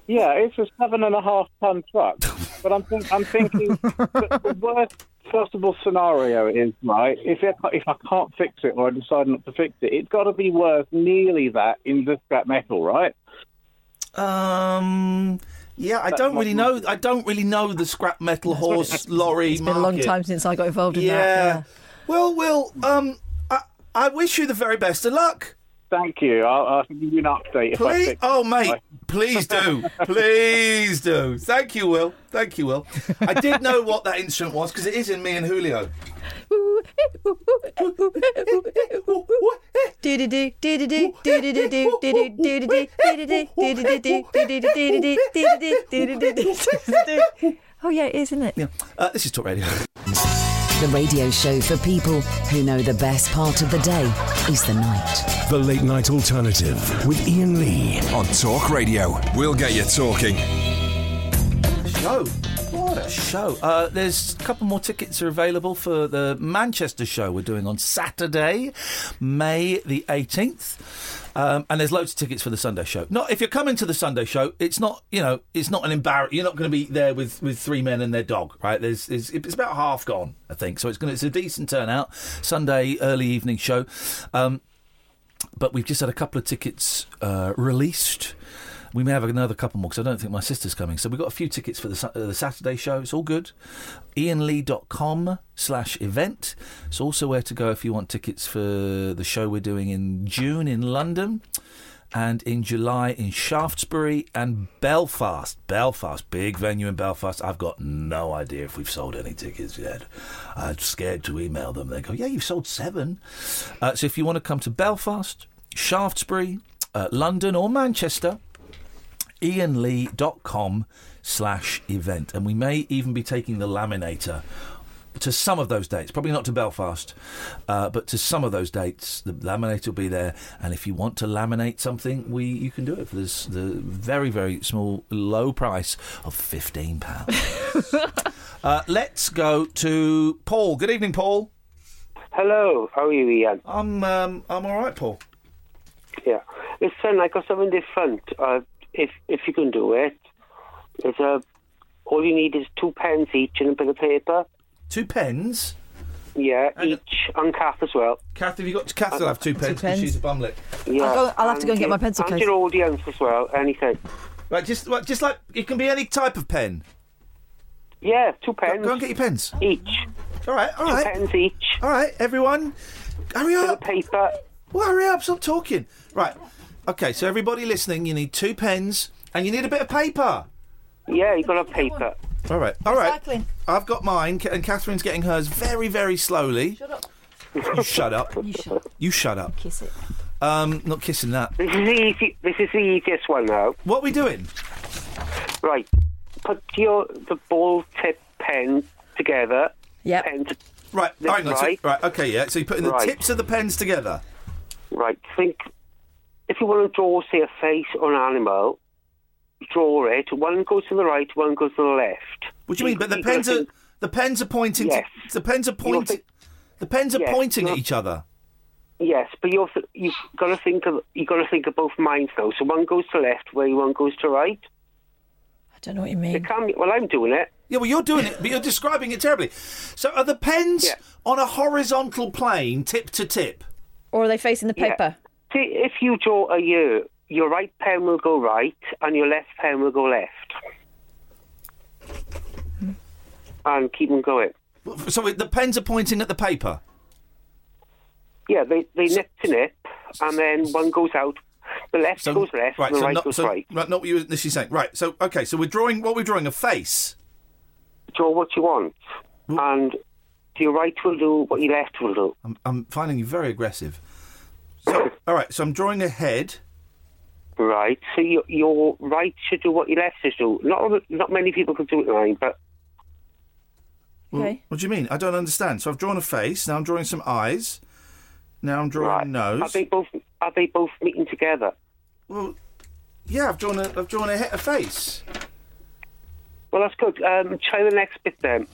A: Yeah, it's a seven and a half ton truck. But I'm think, I'm thinking the, the worst possible scenario is right if it, if I can't fix it or I decide not to fix it, it's got to be worth nearly that in the scrap metal, right?
D: Um, yeah, I
A: That's
D: don't
A: my
D: really know. I don't really know the scrap metal horse lorry
E: It's been a long
D: market.
E: time since I got involved in
D: yeah.
E: that.
D: Well, Will, um, I, I wish you the very best of luck.
A: Thank you. I'll, I'll give you (laughs) an update. if I
D: Please,
A: fix it.
D: oh mate,
A: (laughs)
D: please do, please do. Thank you, Will. Thank you, Will. I did know what that instrument was because it is in me and Julio.
E: Oh, yeah, it is, isn't it?
D: Yeah. Uh, this is Talk Radio.
I: The radio show for people who know the best part of the day is the night.
B: The Late Night Alternative with Ian Lee.
C: On Talk Radio, we'll get you talking.
D: Show. What a show. Uh, there's a couple more tickets are available for the Manchester show we're doing on Saturday, May the 18th. Um, and there's loads of tickets for the Sunday show. Not if you're coming to the Sunday show, it's not you know it's not an embarrass. You're not going to be there with, with three men and their dog, right? There's, there's it's about half gone, I think. So it's going to it's a decent turnout. Sunday early evening show. Um, but we've just had a couple of tickets uh, released. We may have another couple more because I don't think my sister's coming. So we've got a few tickets for the, Sa- uh, the Saturday show. It's all good. IanLee.com slash event. It's also where to go if you want tickets for the show we're doing in June in London and in July in Shaftesbury and Belfast. Belfast, big venue in Belfast. I've got no idea if we've sold any tickets yet. I'm scared to email them. They go, yeah, you've sold seven. Uh, so if you want to come to Belfast, Shaftesbury, uh, London, or Manchester, ianlee.com slash event. And we may even be taking the laminator to some of those dates, probably not to Belfast, uh, but to some of those dates, the laminator will be there. And if you want to laminate something, we you can do it for this the very very small low price of fifteen pounds.
E: (laughs)
D: uh, let's go to Paul. Good evening, Paul.
U: Hello, how are you, Ian?
D: I'm um, I'm all right, Paul.
U: Yeah. Listen, I got something different. Uh, if if you can do it, it's a. All you need is two pens each and a bit of paper.
D: Two pens.
U: Yeah, each and Kath as well. Uh,
D: Kath, have you got? Kath will have two pens. 'cause
U: pens.
D: She's a bumlet.
U: Yeah.
E: I'll go- I'll have to go and get my
U: your-
E: pencil
U: And
E: case.
U: your audience as well. Anything.
D: Right, just right, just like it can be any type of pen.
U: Yeah, two pens.
D: Go, and get your pens.
U: Each.
D: All right, all
U: Two
D: right.
U: pens each.
D: All right, everyone, hurry up.
U: paper.
D: Well, hurry up. Stop talking. Right. Okay, so everybody listening, you need two pens and you need a bit of paper.
U: Yeah, you're gonna have paper.
D: All right, all right. I've got mine, Ca- and Catherine's getting hers very, very slowly. Shut
U: up.
D: You shut up.
U: You shut
D: up. You shut up.
U: Kiss it.
D: Um, not kissing that.
U: This is the easy, this is the easiest one now.
D: What are we doing?
U: Right. Put your the ball tip pen together.
E: Yeah.
U: Pen to,
D: right.
U: This
D: Hang on, so-
U: right.
D: right, okay, yeah. So you're putting the
U: Right.
D: tips of the pens together.
U: Right. Think if you want to draw, say, a face or an animal, draw it. One goes to the right, one goes to the left.
D: What do you mean? But the
U: You've got to
D: pens are
U: think-
D: the pens are pointing.
U: Yes.
D: To, the pens are pointing. The pens are
U: Yes,
D: pointing
U: you're-
D: at each other.
U: Yes, but you also, you've got to think of you've got to think of both minds though. So one goes to left, where one goes to right.
E: I don't know what you mean.
U: It can't be, well, I'm doing it.
D: Yeah, well, you're doing it, but you're describing it terribly. So are the pens on a horizontal plane, tip to tip?
E: Or are they facing the
U: Yeah.
E: paper?
U: See, if you draw a U, your right pen will go right and your left pen will go left. And keep them going.
D: So the pens are pointing at the paper.
U: Yeah, they, they nip to nip, and then one goes out. The left
D: So
U: goes left, and the
D: so
U: right
D: not,
U: goes
D: so,
U: right.
D: Not what you were initially saying. Right. So okay. So we're drawing. What we're drawing a face.
U: Draw what you want, and your right will do what your left will do.
D: I'm, I'm finding you very aggressive. So, all right. So I'm drawing a head.
U: Right, so your, your right should do what your left should do. Not all- not many people can do it right, but
D: Well, What do you mean? I don't understand. So I've drawn a face. Now I'm drawing some eyes. Now I'm drawing a nose.
U: are they both are they both meeting together?
D: Well, yeah, I've drawn a I've drawn a, he- a face.
U: Well, that's good. Um, try the next bit then.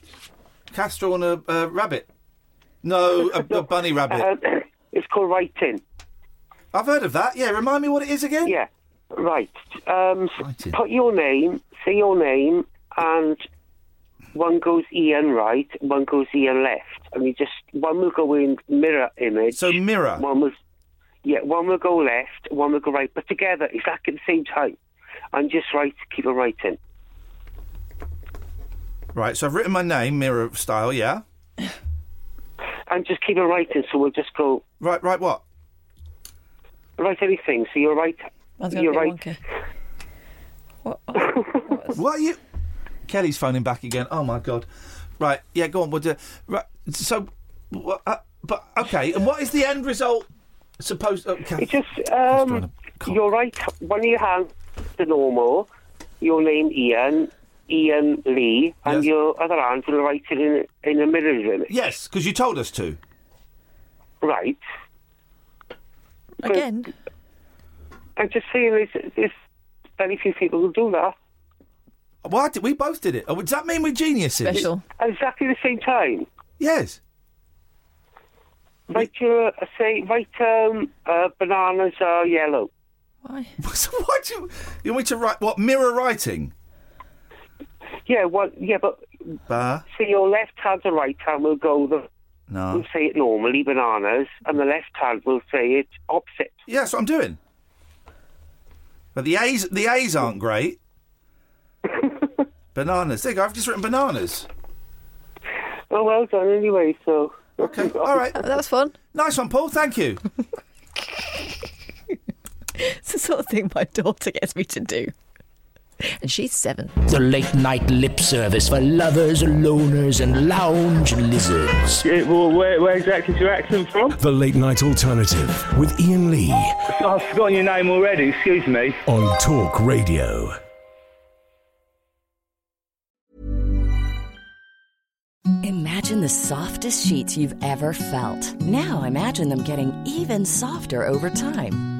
D: Kath's drawn a, a rabbit.
U: (laughs)
D: No, a, a bunny rabbit.
U: Um, (coughs) it's called writing.
D: I've heard of that. Yeah, remind me what it is again.
U: Yeah, right. Um, put your name, say your name, and one goes Ian right, one goes Ian left, and you just one will go in mirror image.
D: So mirror.
U: One will, yeah, one will go left, one will go right, but together exactly at the same time, and just write, keep it writing.
D: Right. So I've written my name, mirror style. Yeah.
U: And just keep it writing, so we'll just go.
D: Right, right, what?
U: Write anything. So you're right.
E: Mine's gonna
U: You're
E: be
U: right. (laughs)
E: wonky.
D: What are you? Kelly's phoning back again. Oh my god. Right. Yeah. Go on. We'll do. Right. So, wha- uh, but okay. And what is the end result supposed? Oh, Kath.
U: It's just um, your right one of your hands the normal, your name Ian, Ian Lee, and your other hand will write it in in a mirror image.
D: Yes, because you told us to.
U: Right.
E: Again.
U: I'm just saying, there's, there's very few people who do that.
D: Why did we both did it? Oh, does that mean we're geniuses?
U: At exactly the same time.
D: Yes.
U: Write your uh, say write um uh, bananas are yellow.
E: Why?
D: (laughs) So why do you, you want me to write what mirror writing?
U: Yeah, well, yeah, but
D: Bah.
U: see, your left hand and right hand will go the
D: No.
U: will say it normally, bananas, and the left hand will say it opposite.
D: Yeah, that's what I'm doing. But the A's the A's
U: (laughs)
D: aren't great. bananas. There you go. I've just written bananas.
U: Oh, well done anyway, so.
D: Okay, all right.
E: (laughs) That was fun.
D: Nice one, Paul. Thank you.
E: (laughs) it's the sort of thing my daughter gets me to do. And she's seven.
H: The late night lip service for lovers, loners, and lounge lizards.
N: well, where, where exactly is your accent from?
B: The Late Night Alternative with Ian Lee
N: I've forgotten your name already, excuse me.
B: on Talk Radio.
I: Imagine the softest sheets you've ever felt. Now imagine them getting even softer over time.